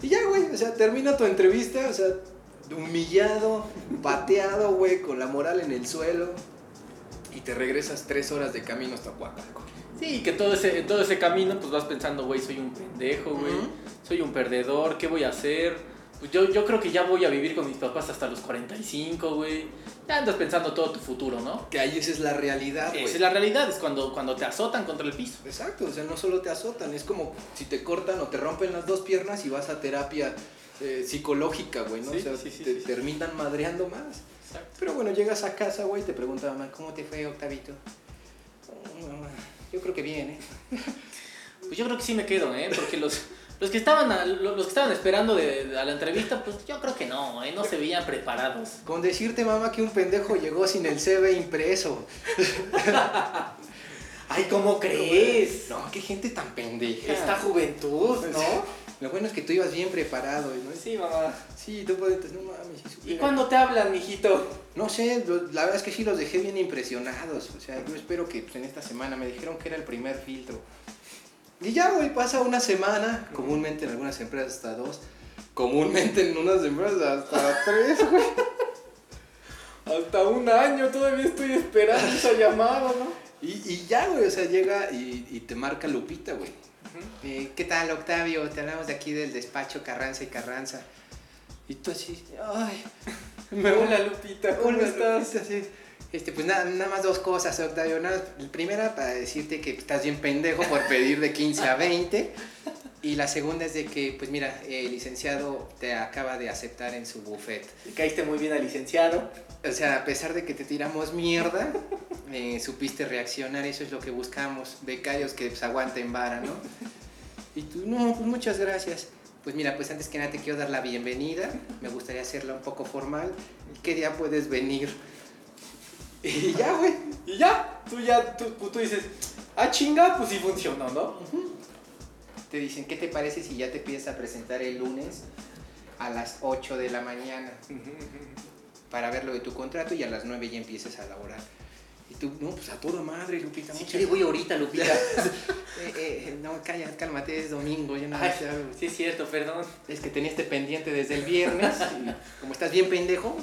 [SPEAKER 3] Y ya, güey, o sea, termina tu entrevista, o sea, humillado, pateado, güey, con la moral en el suelo. Y te regresas tres horas de camino hasta Coacalco.
[SPEAKER 4] Sí, que todo ese, en todo ese camino pues vas pensando, güey, soy un pendejo, güey.
[SPEAKER 3] Ujú.
[SPEAKER 4] Soy un perdedor, ¿qué voy a hacer? Pues yo, yo creo que ya voy a vivir con mis papás hasta los 45, güey. Ya andas pensando todo tu futuro, ¿no?
[SPEAKER 3] Que ahí esa es la realidad, güey.
[SPEAKER 4] Esa es la realidad, es cuando, cuando te azotan contra el piso.
[SPEAKER 3] Exacto, o sea, no solo te azotan, es como si te cortan o te rompen las dos piernas y vas a terapia eh, psicológica, güey, ¿no?
[SPEAKER 4] Sí,
[SPEAKER 3] o sea,
[SPEAKER 4] sí, sí,
[SPEAKER 3] te
[SPEAKER 4] sí, sí.
[SPEAKER 3] terminan madreando más.
[SPEAKER 4] Exacto.
[SPEAKER 3] Pero bueno, llegas a casa, güey, te pregunta mamá, ¿cómo te fue, Octavito?
[SPEAKER 4] Mm,
[SPEAKER 3] "Oh, mamá, yo creo que bien, ¿eh?
[SPEAKER 4] Pues yo creo que sí me quedo, ¿eh? Porque los, los, que, estaban a- lo- los que estaban esperando de, de- a la entrevista, pues yo creo que no, ¿eh? No se veían preparados.
[SPEAKER 3] Con decirte, mamá, que un pendejo llegó sin el CV impreso.
[SPEAKER 4] Ay, ¿cómo crees?
[SPEAKER 3] No, qué gente tan pendeja.
[SPEAKER 4] Esta juventud, ¿no?
[SPEAKER 3] Lo bueno es que tú ibas bien preparado, ¿no?
[SPEAKER 4] Sí, mamá.
[SPEAKER 3] Sí, tú puedes, no mames. si
[SPEAKER 4] ¿Y
[SPEAKER 3] supiera-
[SPEAKER 4] cuándo te hablan, mijito?
[SPEAKER 3] No sé, lo- la verdad es que sí los dejé bien impresionados. O sea, yo espero que pues, en esta semana me dijeron que era el primer filtro. Y ya, güey, pasa una semana, comúnmente en algunas empresas hasta dos, comúnmente en unas empresas hasta tres, güey.
[SPEAKER 4] Hasta un año todavía estoy esperando esa llamada, ¿no?
[SPEAKER 3] Y, y ya, güey, o sea, llega y, y te marca Lupita, güey. Eh, ¿Qué tal, Octavio? Te hablamos de aquí del despacho Carranza y Carranza. Y tú así, ay, me voy
[SPEAKER 4] Hola Lupita, ¿cómo estás?
[SPEAKER 3] Así, Este, pues nada, nada más dos cosas, Octavio. Nada, la primera, para decirte que estás bien pendejo por pedir de 15 a 20. Y la segunda es de que, pues mira, el licenciado te acaba de aceptar en su buffet.
[SPEAKER 4] Le Caíste muy bien al licenciado.
[SPEAKER 3] O sea, a pesar de que te tiramos mierda, eh, supiste reaccionar, eso es lo que buscamos, becarios que pues, aguanten vara, ¿no? Y tú, no, pues muchas gracias. Pues mira, pues antes que nada te quiero dar la bienvenida, me gustaría hacerla un poco formal. ¿Qué día puedes venir? Y ya, güey.
[SPEAKER 4] Y ya, tú ya, tú, tú dices, ah chinga, pues sí funcionó, ¿no?
[SPEAKER 3] Te dicen, ¿qué te parece si ya te pides a presentar el lunes a las 8 de la mañana? para ver lo de tu contrato y a las 9 ya empieces a laborar. Y tú, no, pues a toda madre, Lupita.
[SPEAKER 4] Si
[SPEAKER 3] muchas
[SPEAKER 4] quiere voy ahorita, Lupita.
[SPEAKER 3] Eh, eh, no, cállate, cálmate, es domingo, ya no
[SPEAKER 4] Ay,
[SPEAKER 3] sé algo.
[SPEAKER 4] sí es cierto, perdón.
[SPEAKER 3] Es que tenía este pendiente desde el viernes y como estás bien pendejo,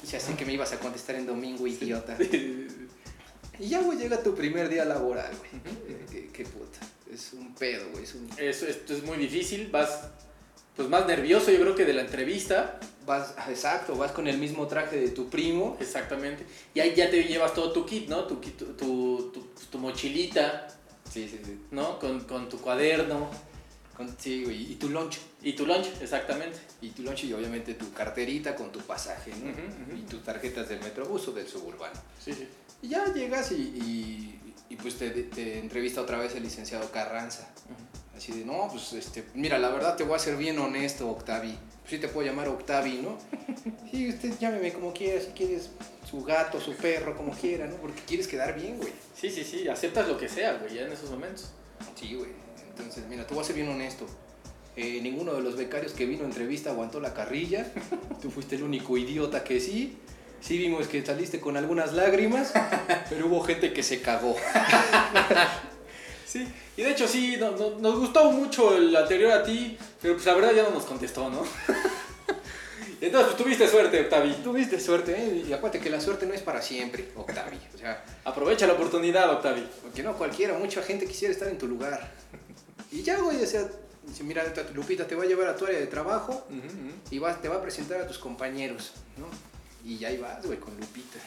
[SPEAKER 3] pues ya sé que me ibas a contestar en domingo, idiota. Y ya, güey, llega tu primer día laboral, güey. Eh, qué, qué puta, es un pedo, güey, es un...
[SPEAKER 4] Eso, esto es muy difícil, vas pues más nervioso yo creo que de la entrevista.
[SPEAKER 3] Vas, ah, exacto, vas con el mismo traje de tu primo.
[SPEAKER 4] Exactamente. Y ahí ya te llevas todo tu kit, ¿no? Tu, kit- tu, tu, tu- tu mochilita,
[SPEAKER 3] Sí, sí, sí.
[SPEAKER 4] ¿no? Con, con tu cuaderno
[SPEAKER 3] Con- sí, güey, y tu loncho.
[SPEAKER 4] y tu lunch, exactamente.
[SPEAKER 3] Y tu lunch y obviamente tu carterita con tu pasaje, ¿no?
[SPEAKER 4] Ujú, ujú.
[SPEAKER 3] Y tus tarjetas del metrobús o del suburbano.
[SPEAKER 4] Sí, sí.
[SPEAKER 3] Y ya llegas y, y- y, pues te, te entrevista otra vez el licenciado Carranza. Así de, no, pues este, mira, la verdad te voy a ser bien honesto, Octavi. Pues sí te puedo llamar Octavi, ¿no? Sí, usted llámeme como quiera, si quieres, su gato, su perro, como quiera, ¿no? Porque quieres quedar bien, güey.
[SPEAKER 4] Sí, sí, sí, aceptas lo que sea, güey, ya en esos momentos.
[SPEAKER 3] Sí, güey. Entonces, mira, te voy a ser bien honesto. Eh, ninguno de los becarios que vino a entrevista aguantó la carrilla. Tú fuiste el único idiota que sí. Sí vimos que saliste con algunas lágrimas, pero hubo gente que se cagó.
[SPEAKER 4] Sí, y de hecho sí, no- no- nos gustó mucho el anterior a ti, pero pues la verdad ya no nos contestó, ¿no? Entonces pues, tuviste suerte, Octavi.
[SPEAKER 3] Tuviste suerte, ¿eh? Y acuérdate que la suerte no es para siempre, Octavio. O sea,
[SPEAKER 4] Aprovecha la oportunidad, Octavi.
[SPEAKER 3] Porque no cualquiera, mucha gente quisiera estar en tu lugar. Y ya, güey, o sea, dice, mira, esta Lupita te va a llevar a tu área de trabajo y vas, te va a presentar a tus compañeros, ¿no? Y ya ahí vas, güey, con Lupita.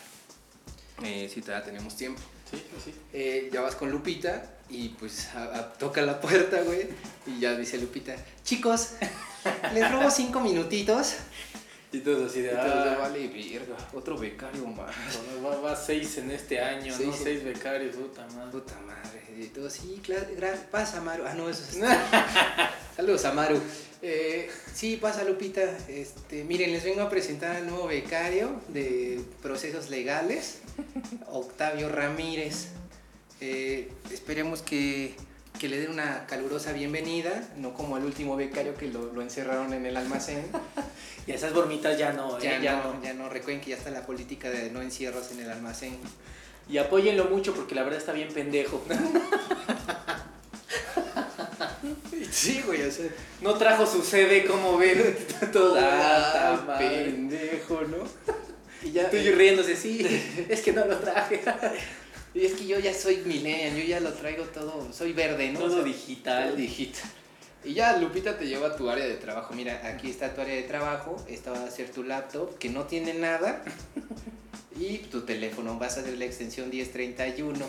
[SPEAKER 3] Eh, si todavía tenemos tiempo.
[SPEAKER 4] Sí, sí, sí.
[SPEAKER 3] Eh, ya vas con Lupita y pues a- a- toca la puerta, güey, y ya dice Lupita, chicos, les robo cinco minutitos.
[SPEAKER 4] Y todo así de...
[SPEAKER 3] Y todo ya
[SPEAKER 4] Ah,
[SPEAKER 3] vale, verga, otro becario más.
[SPEAKER 4] va, va seis en este año, ¿no?
[SPEAKER 3] Seis en-
[SPEAKER 4] Seis becarios, puta madre.
[SPEAKER 3] Puta madre. Y todo, sí, claro, gra- pasa, Maru. Ah, no, eso es. Saludos a Maru. Eh, sí, pasa, Lupita. Este, miren, les vengo a presentar al nuevo becario de procesos legales, Octavio Ramírez. Eh, esperemos que, que le den una calurosa bienvenida, no como al último becario que lo, lo encerraron en el almacén.
[SPEAKER 4] Y esas bromitas ya no, ¿eh?
[SPEAKER 3] Ya, no, ya no, recuerden que ya está la política de no encierros en el almacén.
[SPEAKER 4] Y apóyenlo mucho porque la verdad está bien pendejo.
[SPEAKER 3] Sí, güey, o sea,
[SPEAKER 4] No trajo su CD, como ven. Todo
[SPEAKER 3] Ah,
[SPEAKER 4] puta madre.
[SPEAKER 3] pendejo, ¿no? Y ya. eh,
[SPEAKER 4] Tú y yo riéndose, sí, es que no lo traje.
[SPEAKER 3] y es que yo ya soy millennial, yo ya lo traigo todo, soy verde, ¿no? O
[SPEAKER 4] Todo
[SPEAKER 3] sea,
[SPEAKER 4] digital.
[SPEAKER 3] todo digital. Y ya Lupita te lleva a tu área de trabajo. Mira, aquí está tu área de trabajo, esta va a ser tu laptop que no tiene nada y tu teléfono, vas a hacer la extensión 1031. Ujú.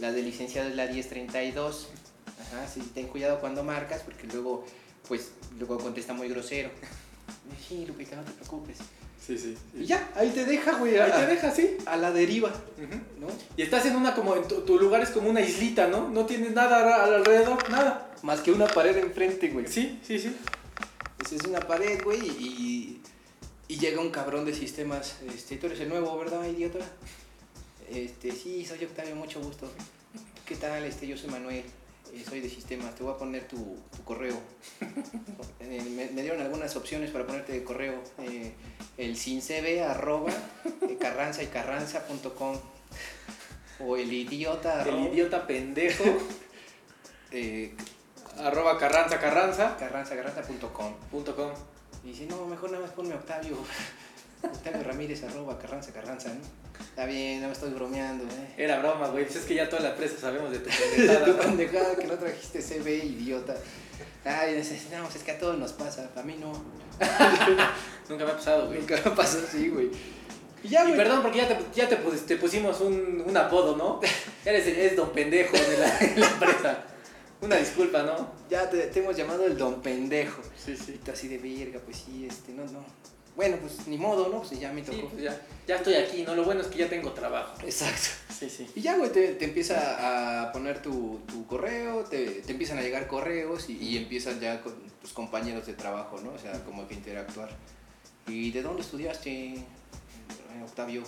[SPEAKER 3] La de licenciado es la 1032. Ajá, sí, ten cuidado cuando marcas porque luego pues luego contesta muy grosero. Sí, Lupita, no te preocupes.
[SPEAKER 4] Sí, sí.
[SPEAKER 3] Y ya, ahí te deja, güey.
[SPEAKER 4] Ahí te
[SPEAKER 3] A,
[SPEAKER 4] deja, sí.
[SPEAKER 3] a la deriva, ¿no?
[SPEAKER 4] Y estás en una como, en tu, tu lugar es como una islita, ¿no? No tienes nada ra- al- alrededor, nada.
[SPEAKER 3] Más que una pared enfrente, güey.
[SPEAKER 4] Sí, sí, sí.
[SPEAKER 3] Pues es una pared, güey, y, y llega un cabrón de sistemas. Este, tú eres el nuevo, ¿verdad, idiota? Este, sí, soy Octavio, mucho gusto. ¿Qué tal? Este, yo soy Manuel, eh, soy de sistemas. Te voy a poner tu, tu correo. Eh, me, me dieron algunas opciones para ponerte de correo. Eh, el sincb arroba eh, carranza y carranza.com o el idiota
[SPEAKER 4] El
[SPEAKER 3] arroba-
[SPEAKER 4] idiota pendejo.
[SPEAKER 3] eh,
[SPEAKER 4] arroba carranza carranza.
[SPEAKER 3] carranzacarranza.com.
[SPEAKER 4] Punto com.
[SPEAKER 3] Y dice, no, mejor nada más ponme Octavio. Octavio Ramírez, arroba, carranza, carranza, ¿no? Está bien, no me estoy bromeando, ¿eh?
[SPEAKER 4] Era broma, güey. Pues es que ya toda la presa sabemos de tu pendejada.
[SPEAKER 3] Tu
[SPEAKER 4] ¿no?
[SPEAKER 3] pendejada que no trajiste CB, idiota. Ay, dices, no, pues es que a todos nos pasa, a mí no.
[SPEAKER 4] Nunca me ha pasado, güey.
[SPEAKER 3] Nunca me pasa así, güey. Y ya,
[SPEAKER 4] Y
[SPEAKER 3] güey.
[SPEAKER 4] perdón porque ya te, ya te, pus- te pusimos un, un apodo, ¿no? Eres el- es don pendejo de la, de la empresa. Una disculpa, ¿no?
[SPEAKER 3] Ya te, te hemos llamado el don pendejo.
[SPEAKER 4] Sí,
[SPEAKER 3] Y tú así de verga, pues sí, este, no, no. Bueno, pues ni modo, ¿no? Pues ya me tocó.
[SPEAKER 4] pues ya, ya estoy aquí, ¿no? Lo bueno es que ya tengo trabajo.
[SPEAKER 3] Exacto.
[SPEAKER 4] Sí, sí.
[SPEAKER 3] Y ya, güey, te, te empieza a poner tu, tu correo, te, te empiezan a llegar correos y, y empiezan ya con tus compañeros de trabajo, ¿no? O sea, como que interactuar. ¿Y de dónde estudiaste, Eh, Octavio?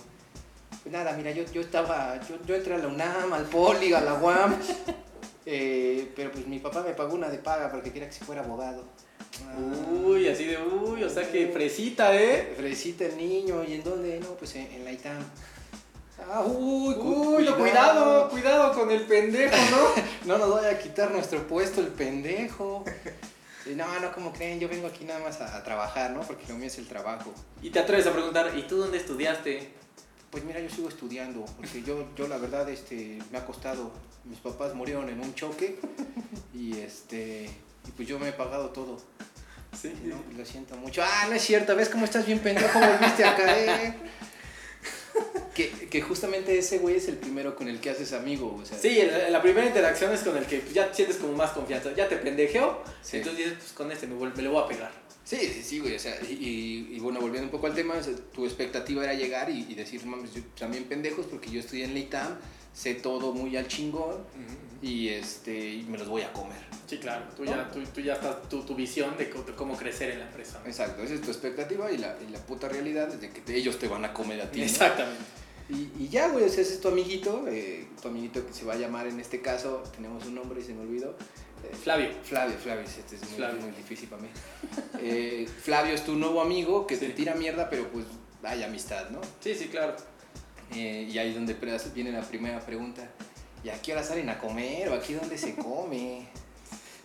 [SPEAKER 3] Pues nada, mira, yo, yo estaba, yo, yo entré a la UNAM, al Poli, a la UAM, eh, pero pues mi papá me pagó una de paga porque quería que se fuera abogado.
[SPEAKER 4] Uy, así de uy, o sea que fresita, ¿eh?
[SPEAKER 3] Ah, Fresita el niño, ¿y en dónde? No, pues en, en la ITAM. Ah, uy, cu-
[SPEAKER 4] Uy, no, cuidado, cuidado con el pendejo, ¿no?
[SPEAKER 3] No nos vaya a quitar nuestro puesto el pendejo. Y no, no, como creen, yo vengo aquí nada más a, a trabajar, ¿no? Porque lo mío es el trabajo.
[SPEAKER 4] y te atreves a preguntar, ¿y tú dónde estudiaste?
[SPEAKER 3] Pues mira, yo sigo estudiando, porque yo, yo la verdad, este, me ha costado. Mis papás murieron en un choque y este, y pues yo me he pagado todo.
[SPEAKER 4] Sí,
[SPEAKER 3] Y No, pues lo siento mucho. Ah, no es cierto, ¿ves cómo estás bien pendejo? Volviste a caer. que, que justamente ese güey es el primero con el que haces amigo, o sea.
[SPEAKER 4] Sí, el- la primera interacción es con el que ya te sientes como más confianza. Ya te pendejeo,
[SPEAKER 3] Sí.
[SPEAKER 4] entonces dices, pues con este me, vuel- me lo voy a pegar.
[SPEAKER 3] Sí, sí, sí, güey. O sea, y, y- y bueno, volviendo un poco al tema, o sea, tu expectativa era llegar y, y decir, mames, yo también pendejos, porque yo estudié en la ITAM, sé todo muy al chingón y este y me los voy a comer.
[SPEAKER 4] Sí, claro. Tú ya, tú, tú ya estás, tu, tu visión de, co- de cómo crecer en la empresa. ¿no?
[SPEAKER 3] Exacto, esa es tu expectativa y la, y la puta realidad es de que te- ellos te van a comer a ti. ¿no?
[SPEAKER 4] Exactamente.
[SPEAKER 3] Y, y ya, güey, o sea, ese es tu amiguito, eh, tu amiguito que se va a llamar en este caso, tenemos un nombre y se me olvidó. eh,
[SPEAKER 4] Flavio.
[SPEAKER 3] Flavio, Flavio, este es muy,
[SPEAKER 4] Flavio.
[SPEAKER 3] muy difícil para mí. Eh, Flavio es tu nuevo amigo que te
[SPEAKER 4] Sí.
[SPEAKER 3] tira mierda, pero pues hay amistad, ¿no?
[SPEAKER 4] Sí, sí, claro.
[SPEAKER 3] Eh, y ahí es donde pre- viene la primera pregunta. ¿Y a qué hora salen a comer? ¿O aquí dónde se come?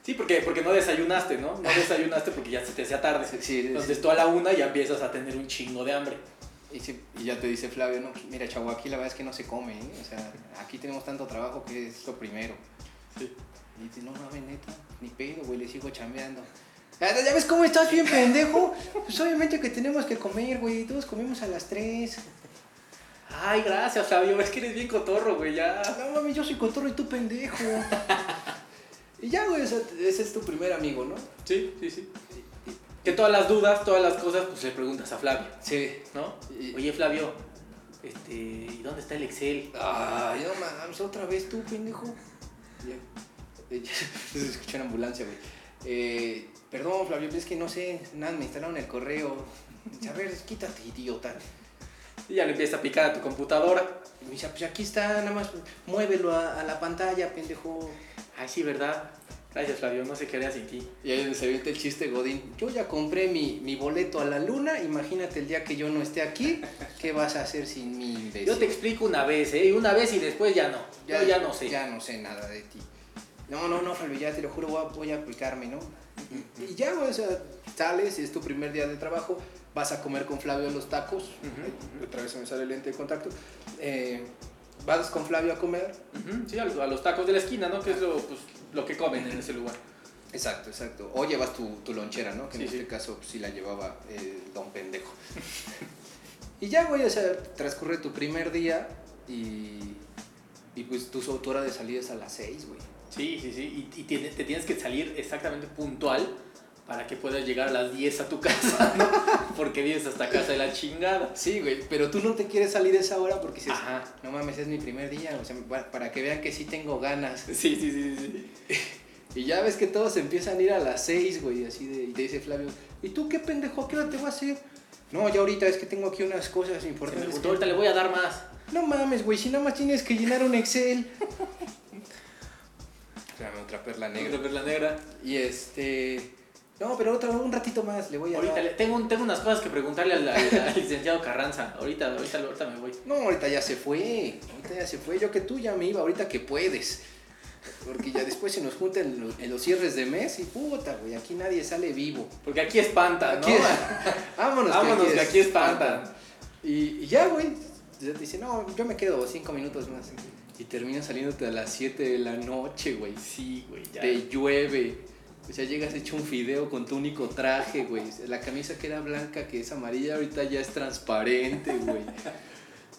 [SPEAKER 4] Sí, porque, porque no desayunaste, ¿no? No desayunaste porque ya se te hacía tarde.
[SPEAKER 3] Sí, sí,
[SPEAKER 4] Entonces tú a la una ya empiezas a tener un chingo de hambre.
[SPEAKER 3] Y, sí, y ya te dice Flavio, no, mira, chavo, aquí la verdad es que no se come, ¿eh? O sea, aquí tenemos tanto trabajo que es lo primero.
[SPEAKER 4] Sí.
[SPEAKER 3] Y dice, no mames, neta, ni pedo, güey, le sigo chambeando. Ah, ¿Ya ves cómo estás bien pendejo? Pues obviamente que tenemos que comer, güey, todos comemos a las 3.
[SPEAKER 4] Ay, gracias, Flavio. Es que eres bien cotorro, güey. Ya.
[SPEAKER 3] Ah, No mames, yo soy cotorro y tú pendejo. y ya, güey, o sea, ese es tu primer amigo, ¿no?
[SPEAKER 4] Sí, sí, sí. Que todas las dudas, todas las cosas, pues le preguntas a Flavio,
[SPEAKER 3] Sí.
[SPEAKER 4] ¿no?
[SPEAKER 3] Y-
[SPEAKER 4] Oye, Flavio, este, ¿y dónde está el Excel?
[SPEAKER 3] Ay, no mames, otra vez tú, pendejo. Ya. Eh, Se escuchó una ambulancia, güey. Eh, perdón, Flavio, es que no sé, nada, me instalaron el correo. A ver, quítate, idiota.
[SPEAKER 4] Y ya le empieza a picar a tu computadora.
[SPEAKER 3] Y me dice, pues aquí está, nada más muévelo a, a la pantalla, pendejo.
[SPEAKER 4] Ay, sí, ¿verdad? Gracias, Flavio, no sé qué haría sin ti.
[SPEAKER 3] Y ahí donde se avienta el chiste Godín. Yo ya compré mi, mi boleto a la luna, imagínate el día que yo no esté aquí, ¿qué vas a hacer sin mí, imbécil?
[SPEAKER 4] Yo te explico una vez, ¿eh? Una vez y después ya no. Yo ya no sé.
[SPEAKER 3] Eh, Ya no sé nada de ti. No, no, no, Flavio, ya te lo juro, voy a, voy a aplicarme, ¿no? Y ya, güey, o sea, sales, es tu primer día de trabajo, vas a comer con Flavio los tacos, Ay, otra vez se me sale el lente de contacto, Eh, vas con Flavio a comer,
[SPEAKER 4] Ujú, sí, a los, a los tacos de la esquina, ¿no? Que es lo, pues, lo que comen en ese lugar.
[SPEAKER 3] Exacto, exacto. O llevas tu, tu lonchera, ¿no? Que en
[SPEAKER 4] Sí, sí.
[SPEAKER 3] este caso pues, sí la llevaba el don pendejo. y ya, güey, o sea, transcurre tu primer día y, y pues tu, tu hora de salida es a las 6, güey.
[SPEAKER 4] Sí, sí, sí. Y, y tiene- te tienes que salir exactamente puntual para que puedas llegar a las 10 a tu casa, ¿no? Porque vienes hasta casa de la chingada.
[SPEAKER 3] Sí, güey, pero tú no te quieres salir a esa hora porque dices,
[SPEAKER 4] Ajá.
[SPEAKER 3] no mames, es mi primer día, o sea, pa- para que vean que sí tengo ganas.
[SPEAKER 4] Sí, sí, sí, sí, sí.
[SPEAKER 3] Y ya ves que todos empiezan a ir a las 6, güey, así de, y te dice Flavio, ¿y tú qué pendejo, a qué hora te vas a ir? No, ya ahorita es que tengo aquí unas cosas
[SPEAKER 4] Se me
[SPEAKER 3] importantes.
[SPEAKER 4] juntó,
[SPEAKER 3] que-
[SPEAKER 4] ahorita le voy a dar más.
[SPEAKER 3] No mames, güey, si nada más tienes que llenar un Excel. Espérame, otra perla
[SPEAKER 4] Otra perla negra.
[SPEAKER 3] Y este. No, pero otra, un ratito más, le voy a.
[SPEAKER 4] Ahorita
[SPEAKER 3] dar.
[SPEAKER 4] le- tengo, un- tengo unas cosas que preguntarle al, al- al licenciado Carranza. Ahorita, ahorita, ahorita me voy.
[SPEAKER 3] No, ahorita ya se fue. Ahorita ya se fue. Yo que tú ya me iba, ahorita que puedes. Porque ya después se nos juntan en los, en los cierres de mes y puta, güey, aquí nadie sale vivo.
[SPEAKER 4] Porque aquí espanta, ¿no?
[SPEAKER 3] Aquí vámonos,
[SPEAKER 4] Vámonos, que aquí
[SPEAKER 3] espantan.
[SPEAKER 4] espantan.
[SPEAKER 3] Y, y ya, güey, ya te dice, no, yo me quedo cinco minutos más. Y termina saliéndote a las 7 de la noche, güey.
[SPEAKER 4] Sí, güey, ya.
[SPEAKER 3] Te llueve. O sea, llegas hecho un fideo con tu único traje, güey. La camisa que era blanca, que es amarilla, ahorita ya es transparente, güey.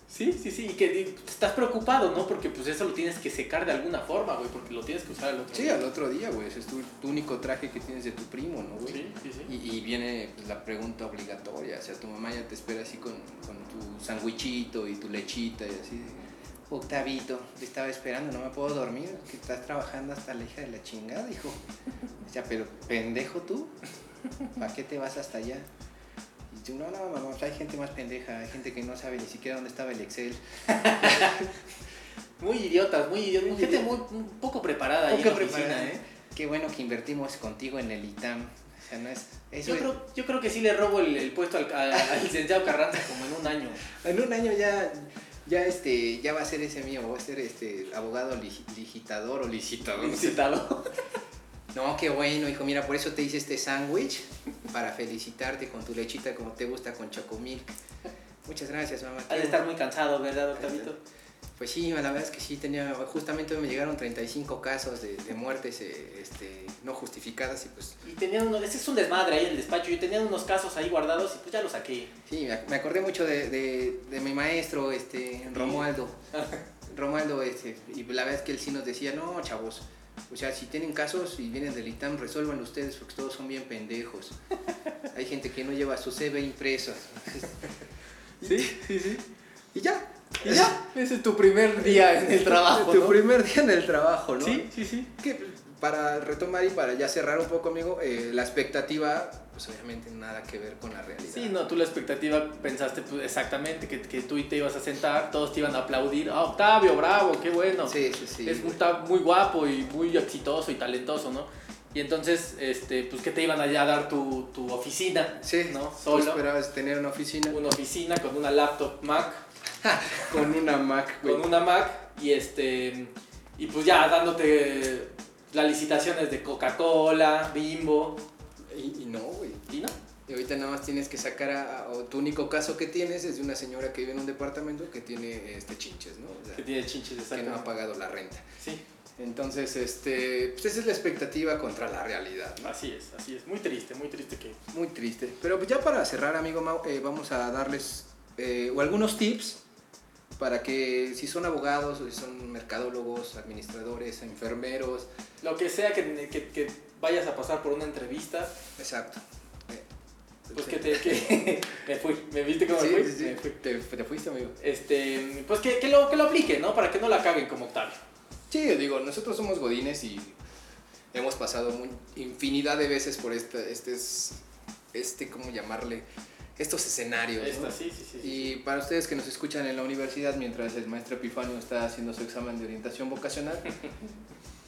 [SPEAKER 4] Sí, sí, sí. Y que y estás preocupado, ¿no? Porque pues eso lo tienes que secar de alguna forma, güey. Porque lo tienes que usar al otro
[SPEAKER 3] Sí,
[SPEAKER 4] día.
[SPEAKER 3] al otro día, güey. Ese es tu, tu único traje que tienes de tu primo, ¿no, güey?
[SPEAKER 4] Sí, sí, sí.
[SPEAKER 3] Y, y viene pues, la pregunta obligatoria. O sea, tu mamá ya te espera así con, con tu sandwichito y tu lechita y así. de, Octavito, te estaba esperando, no me puedo dormir. Que estás trabajando hasta la hija de la chingada, hijo. O sea, pero pendejo tú. ¿Para qué te vas hasta allá? Y tú, no, no, mamá, pues, hay gente más pendeja. Hay gente que no sabe ni siquiera dónde estaba el Excel.
[SPEAKER 4] Muy idiotas, muy idiotas.
[SPEAKER 3] Muy
[SPEAKER 4] gente
[SPEAKER 3] idiota.
[SPEAKER 4] muy, un poco preparada ahí en la
[SPEAKER 3] Poca
[SPEAKER 4] oficina,
[SPEAKER 3] preparada.
[SPEAKER 4] ¿eh?
[SPEAKER 3] Qué bueno que invertimos contigo en el ITAM. O sea, no es. eso
[SPEAKER 4] Yo
[SPEAKER 3] es-
[SPEAKER 4] creo, yo creo que sí le robo el, el puesto al, al- al licenciado Carranza como en un año.
[SPEAKER 3] En un año ya, ya este, ya va a ser ese mío, va a ser este abogado ligi- ligitador o licitador. no sé.
[SPEAKER 4] Citado.
[SPEAKER 3] No, qué bueno, hijo, mira, por eso te hice este sándwich para felicitarte con tu lechita como te gusta con chocomilk. Muchas gracias, mamá.
[SPEAKER 4] Has
[SPEAKER 3] qué
[SPEAKER 4] de estar
[SPEAKER 3] bueno.
[SPEAKER 4] muy cansado, ¿verdad, Octavito?
[SPEAKER 3] Pues sí, la verdad es que sí, tenía, justamente hoy me llegaron 35 casos de, de muertes eh, este, no justificadas y pues
[SPEAKER 4] Y tenían unos, ese es un desmadre ahí en el despacho. Yo tenía unos casos ahí guardados y pues ya los saqué.
[SPEAKER 3] Sí, me ac- me acordé mucho de, de- de mi maestro, este, Romualdo. Romualdo, este, y la verdad es que él sí nos decía, no, chavos, O sea, si tienen casos y vienen del ITAM, resuélvanlo ustedes porque todos son bien pendejos. Hay gente que no lleva su CV impreso.
[SPEAKER 4] Sí, sí, sí.
[SPEAKER 3] Y ya.
[SPEAKER 4] Y ya, ese es tu primer día en el trabajo.
[SPEAKER 3] Tu
[SPEAKER 4] ¿no?
[SPEAKER 3] primer día en el trabajo, ¿no?
[SPEAKER 4] Sí, sí, sí.
[SPEAKER 3] Que, para retomar y para ya cerrar un poco, amigo, eh, la expectativa, pues obviamente nada que ver con la realidad.
[SPEAKER 4] Sí, no, tú la expectativa pensaste pues, exactamente que, que tú y te ibas a sentar, todos te iban a aplaudir. Ah, Octavio, bravo, qué bueno.
[SPEAKER 3] Sí, sí, sí.
[SPEAKER 4] es,
[SPEAKER 3] güey.
[SPEAKER 4] está muy guapo y muy exitoso y talentoso, ¿no? Y entonces, este, pues que te iban allá a dar tu, tu oficina,
[SPEAKER 3] Sí,
[SPEAKER 4] ¿no?
[SPEAKER 3] tú
[SPEAKER 4] Solo.
[SPEAKER 3] esperabas tener una oficina
[SPEAKER 4] Una oficina con una laptop Mac,
[SPEAKER 3] con una Mac, güey.
[SPEAKER 4] con una Mac y este, y pues ya dándote las licitaciones de Coca-Cola, Bimbo,
[SPEAKER 3] Y, y no, güey.
[SPEAKER 4] ¿y no?
[SPEAKER 3] Y ahorita nada más tienes que sacar a, a- o tu único caso que tienes es de una señora que vive en un departamento que tiene este chinches, ¿no? O sea,
[SPEAKER 4] Que tiene chinches de
[SPEAKER 3] que no ha pagado la renta.
[SPEAKER 4] Sí,
[SPEAKER 3] Entonces, este, pues esa es la expectativa contra la realidad, ¿no?
[SPEAKER 4] así es, así es. Muy triste, muy triste que...
[SPEAKER 3] Muy triste. Pero pues ya para cerrar, amigo Mau, eh, vamos a darles eh, o algunos tips para que si son abogados o si son mercadólogos, administradores, enfermeros,
[SPEAKER 4] Lo que sea que, que- que vayas a pasar por una entrevista,
[SPEAKER 3] exacto. Eh,
[SPEAKER 4] pues
[SPEAKER 3] sí.
[SPEAKER 4] que te... Que me fui, ¿me viste cómo
[SPEAKER 3] Sí,
[SPEAKER 4] me fui?
[SPEAKER 3] sí, sí.
[SPEAKER 4] Me fui.
[SPEAKER 3] Te, te fuiste, amigo.
[SPEAKER 4] Este, pues que, que lo, que lo aplique, ¿no? Para que no la caguen como Octavio.
[SPEAKER 3] Sí, digo, nosotros somos godines y hemos pasado mu- infinidad de veces por este, este, es- este ¿cómo llamarle? Estos escenarios. ¿no?
[SPEAKER 4] Esta, sí, Este, sí, sí. sí.
[SPEAKER 3] Y para ustedes que nos escuchan en la universidad mientras el maestro Epifanio está haciendo su examen de orientación vocacional,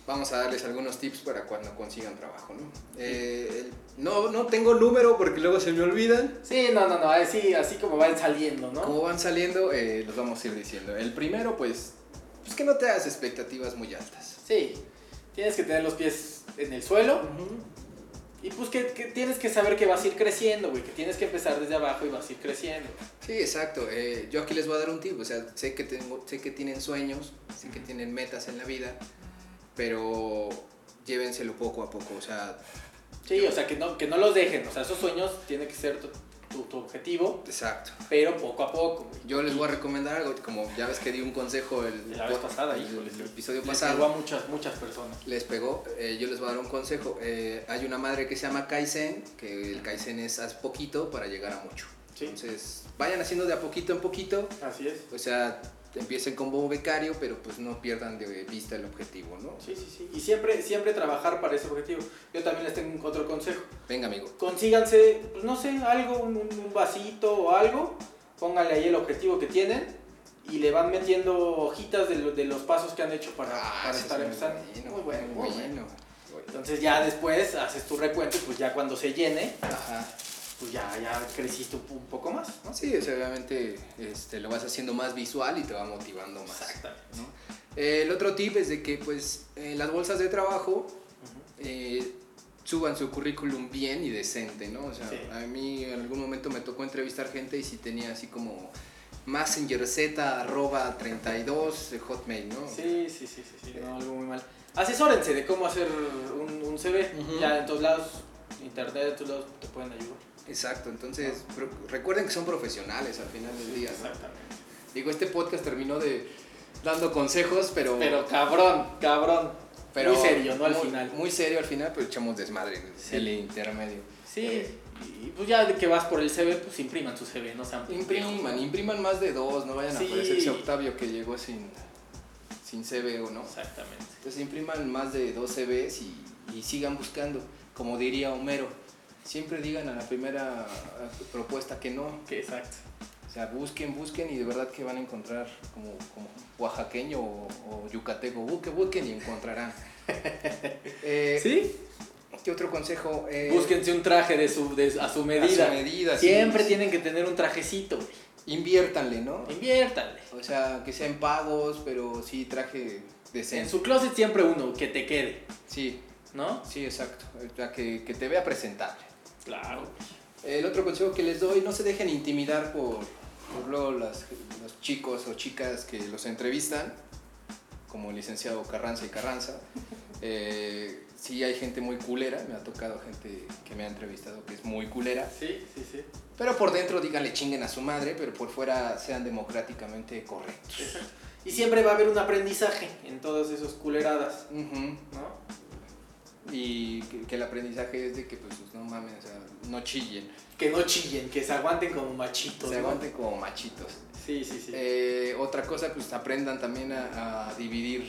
[SPEAKER 3] vamos a darles algunos tips para cuando consigan trabajo, ¿no? Eh, el- no, no tengo número porque luego se me olvidan.
[SPEAKER 4] Sí, no, no, no, así, así como van saliendo, ¿no?
[SPEAKER 3] Como van saliendo, eh, los vamos a ir diciendo. El primero, pues, pues que no te hagas expectativas muy altas.
[SPEAKER 4] Sí, tienes que tener los pies en el suelo y pues que, que tienes que saber que vas a ir creciendo, güey, que tienes que empezar desde abajo y vas a ir creciendo.
[SPEAKER 3] Sí, exacto. Eh, yo aquí les voy a dar un tip. O sea, sé que, tengo, sé que tienen sueños, sé que tienen metas en la vida, pero llévenselo poco a poco. O sea,
[SPEAKER 4] Sí, o sea, que no, que no los dejen, o sea, esos sueños tienen que ser tu, tu- tu objetivo,
[SPEAKER 3] exacto.
[SPEAKER 4] pero poco a poco, güey.
[SPEAKER 3] Yo les voy a recomendar algo, como ya ves que di un consejo el,
[SPEAKER 4] La vez pasada,
[SPEAKER 3] el
[SPEAKER 4] híjole, sí.
[SPEAKER 3] episodio
[SPEAKER 4] Les
[SPEAKER 3] pasado.
[SPEAKER 4] pegó a muchas, muchas personas.
[SPEAKER 3] les pegó, eh, yo les voy a dar un consejo. Eh, hay una madre que se llama Kaizen, que el Kaizen es haz poquito para llegar a mucho.
[SPEAKER 4] Sí.
[SPEAKER 3] Entonces, vayan haciendo de a poquito en poquito,
[SPEAKER 4] Así es.
[SPEAKER 3] o sea, empiecen como becario, pero pues no pierdan de vista el objetivo, ¿no?
[SPEAKER 4] Sí, sí, sí. Y siempre, siempre trabajar para ese objetivo. Yo también les tengo un- otro consejo.
[SPEAKER 3] Venga, amigo.
[SPEAKER 4] consíganse, pues no sé, algo, un, un- un vasito o algo, pónganle ahí el objetivo que tienen y le van metiendo hojitas de, lo- de los pasos que han hecho para, Ah, para
[SPEAKER 3] Ah, sí,
[SPEAKER 4] estar
[SPEAKER 3] sí,
[SPEAKER 4] empezando.
[SPEAKER 3] Muy bueno, muy bueno.
[SPEAKER 4] Entonces ya después haces tu recuento y pues ya cuando se llene,
[SPEAKER 3] Ajá.
[SPEAKER 4] pues ya, ya creciste un, po- un poco más, ¿no?
[SPEAKER 3] Sí, o sea, obviamente este, lo vas haciendo más visual y te va motivando más.
[SPEAKER 4] Exactamente.
[SPEAKER 3] Eh, el otro tip es de que pues eh, las bolsas de trabajo eh, suban su currículum bien y decente, ¿no? O sea,
[SPEAKER 4] Sí.
[SPEAKER 3] a mí en algún momento me tocó entrevistar gente y si tenía así como messenger z arroba 32 de hotmail, ¿no?
[SPEAKER 4] Sí, sí, sí, sí, sí, no, algo muy mal. Asesórense de cómo hacer un, un CV.
[SPEAKER 3] Ujú.
[SPEAKER 4] Ya en todos lados, internet, en todos lados te pueden ayudar.
[SPEAKER 3] Exacto, entonces pro- recuerden que son profesionales al final del día. ¿no?
[SPEAKER 4] Exactamente.
[SPEAKER 3] Digo, este podcast terminó de dando consejos, pero...
[SPEAKER 4] Pero cabrón, cabrón.
[SPEAKER 3] pero
[SPEAKER 4] muy serio, ¿no? Al
[SPEAKER 3] muy-
[SPEAKER 4] final.
[SPEAKER 3] Muy serio al final, pero echamos desmadre en
[SPEAKER 4] Sí.
[SPEAKER 3] el intermedio.
[SPEAKER 4] Sí, y pues ya de que vas por el CV, pues impriman su CV, no sean
[SPEAKER 3] Impriman, impriman más de dos, no vayan
[SPEAKER 4] Sí.
[SPEAKER 3] a parecerse a Octavio que llegó sin, sin CV o no.
[SPEAKER 4] Exactamente.
[SPEAKER 3] Entonces impriman más de dos CVs y, y sigan buscando, como diría Homero. Siempre digan a la primera eh, propuesta que no.
[SPEAKER 4] Que exacto.
[SPEAKER 3] O sea, busquen, busquen y de verdad que van a encontrar como, como oaxaqueño o, o yucateco. Busquen, busquen y encontrarán. Eh,
[SPEAKER 4] ¿Sí?
[SPEAKER 3] ¿Qué otro consejo? Eh,
[SPEAKER 4] Búsquense un traje de su, de- a su medida.
[SPEAKER 3] A su medida, sí.
[SPEAKER 4] Siempre tienen que tener un trajecito, güey.
[SPEAKER 3] Inviértanle, ¿no?
[SPEAKER 4] Inviértanle.
[SPEAKER 3] O sea, que sean pagos, pero sí traje
[SPEAKER 4] En
[SPEAKER 3] decente.
[SPEAKER 4] su closet siempre uno, que te quede,
[SPEAKER 3] Sí,
[SPEAKER 4] ¿no?
[SPEAKER 3] sí, exacto. O sea, que, que te vea presentable.
[SPEAKER 4] Claro.
[SPEAKER 3] El otro consejo que les doy, no se dejen intimidar por, por luego las- los chicos o chicas que los entrevistan, como el licenciado Carranza y Carranza. Eh, sí hay gente muy culera, me ha tocado gente que me ha entrevistado que es muy culera,
[SPEAKER 4] Sí, sí, sí.
[SPEAKER 3] pero por dentro díganle chinguen a su madre, pero por fuera sean democráticamente correctos.
[SPEAKER 4] Exacto. Y siempre va a haber un aprendizaje en todas esas culeradas,
[SPEAKER 3] Ujú.
[SPEAKER 4] ¿no?
[SPEAKER 3] y que, que el aprendizaje es de que, pues, no mames, o sea, no chillen,
[SPEAKER 4] Que no chillen, que se aguanten como machitos.
[SPEAKER 3] se
[SPEAKER 4] ¿no?
[SPEAKER 3] aguanten como machitos.
[SPEAKER 4] Sí, sí, sí.
[SPEAKER 3] Eh, otra cosa, pues, aprendan también a, a dividir.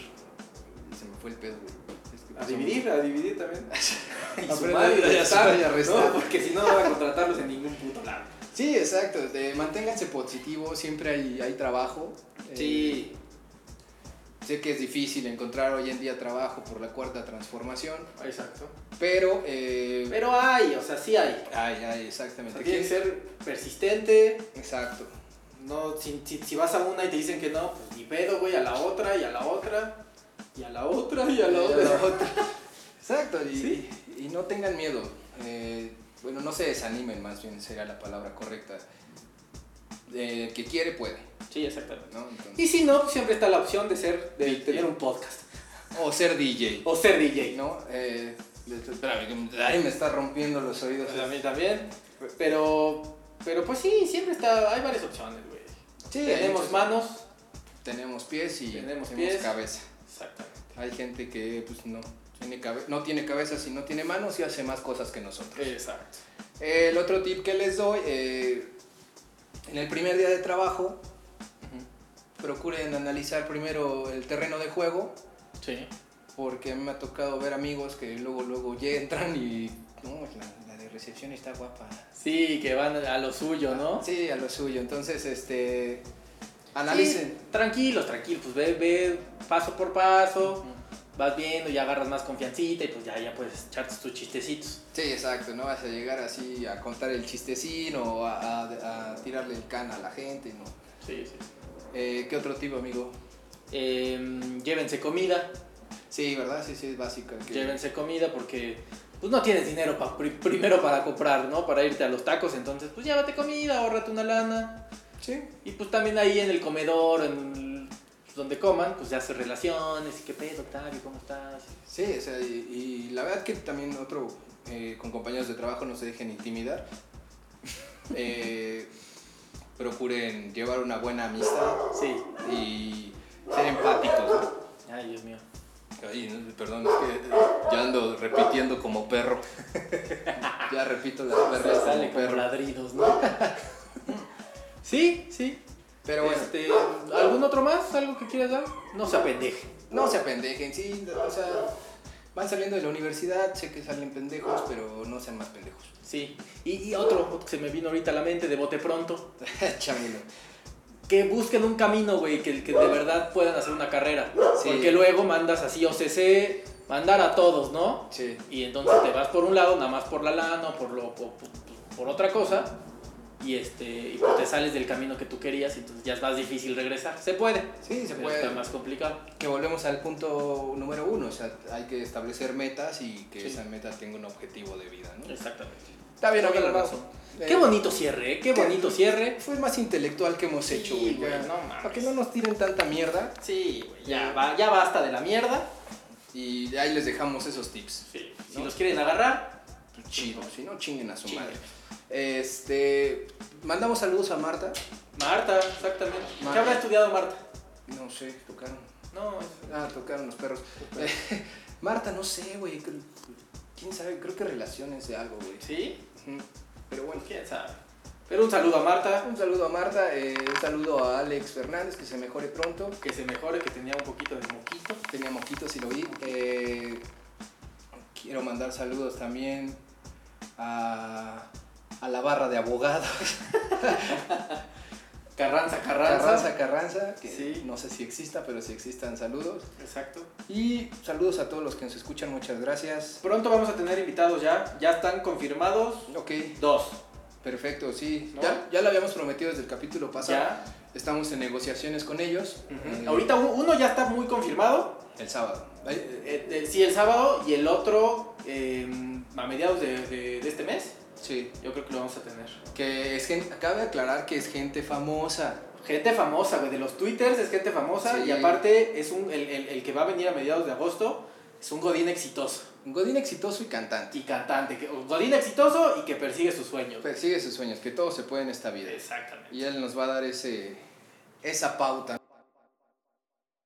[SPEAKER 3] Se me fue el pedo, güey. Es que,
[SPEAKER 4] a
[SPEAKER 3] pues,
[SPEAKER 4] dividir, a dividir también.
[SPEAKER 3] somos-
[SPEAKER 4] Y
[SPEAKER 3] Aprendan
[SPEAKER 4] sumar y
[SPEAKER 3] a
[SPEAKER 4] restar,
[SPEAKER 3] sumar y a restar.
[SPEAKER 4] ¿no? Porque si no, no van a contratarlos en ningún puto lado.
[SPEAKER 3] Sí, exacto. de- manténganse positivos, siempre hay, hay trabajo. Eh,
[SPEAKER 4] Sí.
[SPEAKER 3] sé que es difícil encontrar hoy en día trabajo por la cuarta transformación,
[SPEAKER 4] Exacto.
[SPEAKER 3] pero... eh,
[SPEAKER 4] Pero hay, o sea, sí hay.
[SPEAKER 3] ay, ay,
[SPEAKER 4] O
[SPEAKER 3] exactamente.
[SPEAKER 4] sea, tienes que ser persistente.
[SPEAKER 3] Exacto.
[SPEAKER 4] No, si, si, si vas a una y te dicen que no, pues ni pedo, güey, a la otra y a la otra. Y a la otra y a la
[SPEAKER 3] Y a
[SPEAKER 4] otra.
[SPEAKER 3] la otra. Exacto, y,
[SPEAKER 4] Sí.
[SPEAKER 3] y no tengan miedo. Eh, bueno, no se desanimen, más bien sería la palabra correcta. Eh, el que quiere puede,
[SPEAKER 4] Sí, exactamente.
[SPEAKER 3] ¿no? Entonces-
[SPEAKER 4] Y si no, pues, siempre está la opción de ser, de
[SPEAKER 3] Sí,
[SPEAKER 4] tener
[SPEAKER 3] sí.
[SPEAKER 4] un podcast.
[SPEAKER 3] o ser DJ,
[SPEAKER 4] O ser DJ, ¿no?
[SPEAKER 3] ¿no? Eh, espérame, que- ay, me está rompiendo los oídos.
[SPEAKER 4] A mí también. Pero, pero pues sí, siempre está, hay varias opciones, güey.
[SPEAKER 3] Sí,
[SPEAKER 4] tenemos
[SPEAKER 3] entonces,
[SPEAKER 4] manos.
[SPEAKER 3] Tenemos pies y
[SPEAKER 4] Tenemos
[SPEAKER 3] tenemos,
[SPEAKER 4] pies.
[SPEAKER 3] cabeza.
[SPEAKER 4] Exactamente.
[SPEAKER 3] Hay gente que pues no tiene, cabe- no tiene cabeza si no tiene manos y hace más cosas que nosotros.
[SPEAKER 4] Exacto.
[SPEAKER 3] El otro tip que les doy, eh, en el primer día de trabajo, procuren analizar primero el terreno de juego,
[SPEAKER 4] Sí.
[SPEAKER 3] porque a mí me ha tocado ver amigos que luego, luego ya entran y... No, la, la de recepción está guapa.
[SPEAKER 4] Sí, que van a lo suyo, ¿no?
[SPEAKER 3] Sí, a lo suyo. Entonces, este... Analicen.
[SPEAKER 4] Sí, tranquilos, tranquilos, pues ve, ve paso por paso, vas viendo y agarras más confiancita y pues ya, ya puedes echarte tus chistecitos.
[SPEAKER 3] Sí, exacto, no vas a llegar así a contar el chistecín o a, a- a tirarle el can a la gente, ¿no?
[SPEAKER 4] Sí, sí.
[SPEAKER 3] Eh, ¿Qué otro tipo, amigo?
[SPEAKER 4] Em, llévense comida,
[SPEAKER 3] Sí, ¿verdad? Sí, sí, es básica. que-
[SPEAKER 4] llévense comida porque pues no tienes dinero pa- pri- primero para comprar, ¿no? Para irte a los tacos, entonces pues llévate comida, ahorrate una lana
[SPEAKER 3] Sí,
[SPEAKER 4] y pues también ahí en el comedor, en el- donde coman, pues ya haces relaciones y qué pedo, Octavio, ¿cómo estás?
[SPEAKER 3] sí, o sea, y, y la verdad que también otro, eh, con compañeros de trabajo no se dejen intimidar. Eh, procuren llevar una buena amistad
[SPEAKER 4] Sí.
[SPEAKER 3] y ser empáticos, ¿no?
[SPEAKER 4] Ay, Dios mío.
[SPEAKER 3] Ay, no, perdón, es que yo ando repitiendo como perro. ya repito las perlas
[SPEAKER 4] sale
[SPEAKER 3] como
[SPEAKER 4] como
[SPEAKER 3] perro.
[SPEAKER 4] ladridos, ¿no? sí, sí.
[SPEAKER 3] Pero bueno.
[SPEAKER 4] Este, ¿Algún otro más? ¿Algo que quieras dar? No se apendeje.
[SPEAKER 3] No se apendejen, sí, o sea, van saliendo de la universidad, sé que salen pendejos, pero no sean más pendejos.
[SPEAKER 4] Sí. Y, y otro, otro que se me vino ahorita a la mente de bote pronto.
[SPEAKER 3] Chámelo.
[SPEAKER 4] Que busquen un camino, güey, que, que de verdad puedan hacer una carrera.
[SPEAKER 3] Sí.
[SPEAKER 4] Porque luego mandas así OCC, mandar a todos, ¿no?
[SPEAKER 3] Sí.
[SPEAKER 4] Y entonces te vas por un lado, nada más por la lana o por, lo, por, por- por otra cosa. Y, este, y pues te sales del camino que tú querías, entonces ya es más difícil regresar. Se puede.
[SPEAKER 3] Sí, se
[SPEAKER 4] pero
[SPEAKER 3] puede.
[SPEAKER 4] Está más complicado.
[SPEAKER 3] Que volvemos al punto número uno, o sea, hay que establecer metas y que
[SPEAKER 4] Sí.
[SPEAKER 3] esa meta tenga un objetivo de vida, ¿no?
[SPEAKER 4] Exactamente.
[SPEAKER 3] Está bien,
[SPEAKER 4] Toda
[SPEAKER 3] amigo,
[SPEAKER 4] la
[SPEAKER 3] Mau.
[SPEAKER 4] razón.
[SPEAKER 3] Eh,
[SPEAKER 4] Qué bonito cierre, ¿eh? qué bonito cierre.
[SPEAKER 3] Fue el más intelectual que hemos
[SPEAKER 4] Sí,
[SPEAKER 3] hecho, güey.
[SPEAKER 4] güey,
[SPEAKER 3] ya.
[SPEAKER 4] no mames.
[SPEAKER 3] Para que no nos tiren tanta mierda
[SPEAKER 4] Sí, güey, ya, va- ya basta de la mierda.
[SPEAKER 3] y ahí les dejamos esos tips.
[SPEAKER 4] Sí. Si
[SPEAKER 3] ¿No?
[SPEAKER 4] los quieren agarrar,
[SPEAKER 3] Chido, si no chinguen a su
[SPEAKER 4] Chinguen.
[SPEAKER 3] madre. Este, mandamos saludos a Marta.
[SPEAKER 4] Marta, exactamente. ¿Qué
[SPEAKER 3] Marta.
[SPEAKER 4] habrá estudiado Marta?
[SPEAKER 3] No sé, tocaron.
[SPEAKER 4] No,
[SPEAKER 3] Ah, tocaron los perros. Eh, Marta, no sé, güey. creo- ¿Quién sabe? Creo que relaciones de algo, güey.
[SPEAKER 4] sí,
[SPEAKER 3] Ujú. Pero bueno.
[SPEAKER 4] pues quién sabe. Pero un saludo a Marta,
[SPEAKER 3] Un saludo a Marta, eh, un saludo a Alex Fernández, que se mejore pronto.
[SPEAKER 4] que se mejore, que tenía un poquito de moquito.
[SPEAKER 3] Tenía moquitos y lo vi. Eh, quiero mandar saludos también a, a la barra de abogados.
[SPEAKER 4] Carranza, Carranza.
[SPEAKER 3] Carranza Carranza, que
[SPEAKER 4] Sí.
[SPEAKER 3] no sé si exista, pero si existan saludos.
[SPEAKER 4] Exacto.
[SPEAKER 3] Y saludos a todos los que nos escuchan, muchas gracias.
[SPEAKER 4] Pronto vamos a tener invitados ya. Ya están confirmados
[SPEAKER 3] Ok,
[SPEAKER 4] dos.
[SPEAKER 3] perfecto, sí.
[SPEAKER 4] ¿No?
[SPEAKER 3] Ya, ya lo habíamos prometido desde el capítulo pasado.
[SPEAKER 4] Ya.
[SPEAKER 3] Estamos en negociaciones con ellos.
[SPEAKER 4] Ujú.
[SPEAKER 3] eh,
[SPEAKER 4] Ahorita uno- uno ya está muy confirmado.
[SPEAKER 3] El sábado. Ahí-
[SPEAKER 4] Eh, eh, sí, el sábado y el otro eh, a mediados de, de- de este mes.
[SPEAKER 3] Sí,
[SPEAKER 4] Yo creo que lo vamos a tener.
[SPEAKER 3] que es gente, acaba de aclarar que es gente famosa.
[SPEAKER 4] Gente famosa, güey. De los twitters es gente famosa.
[SPEAKER 3] Sí.
[SPEAKER 4] Y aparte, es un, el, el- el que va a venir a mediados de agosto es un Godín exitoso
[SPEAKER 3] Godín exitoso y cantante.
[SPEAKER 4] y cantante. que- un Godín exitoso y que persigue sus sueños.
[SPEAKER 3] Pues Persigue sus sueños, que todo se puede en esta vida.
[SPEAKER 4] Exactamente.
[SPEAKER 3] Y él nos va a dar ese, esa pauta.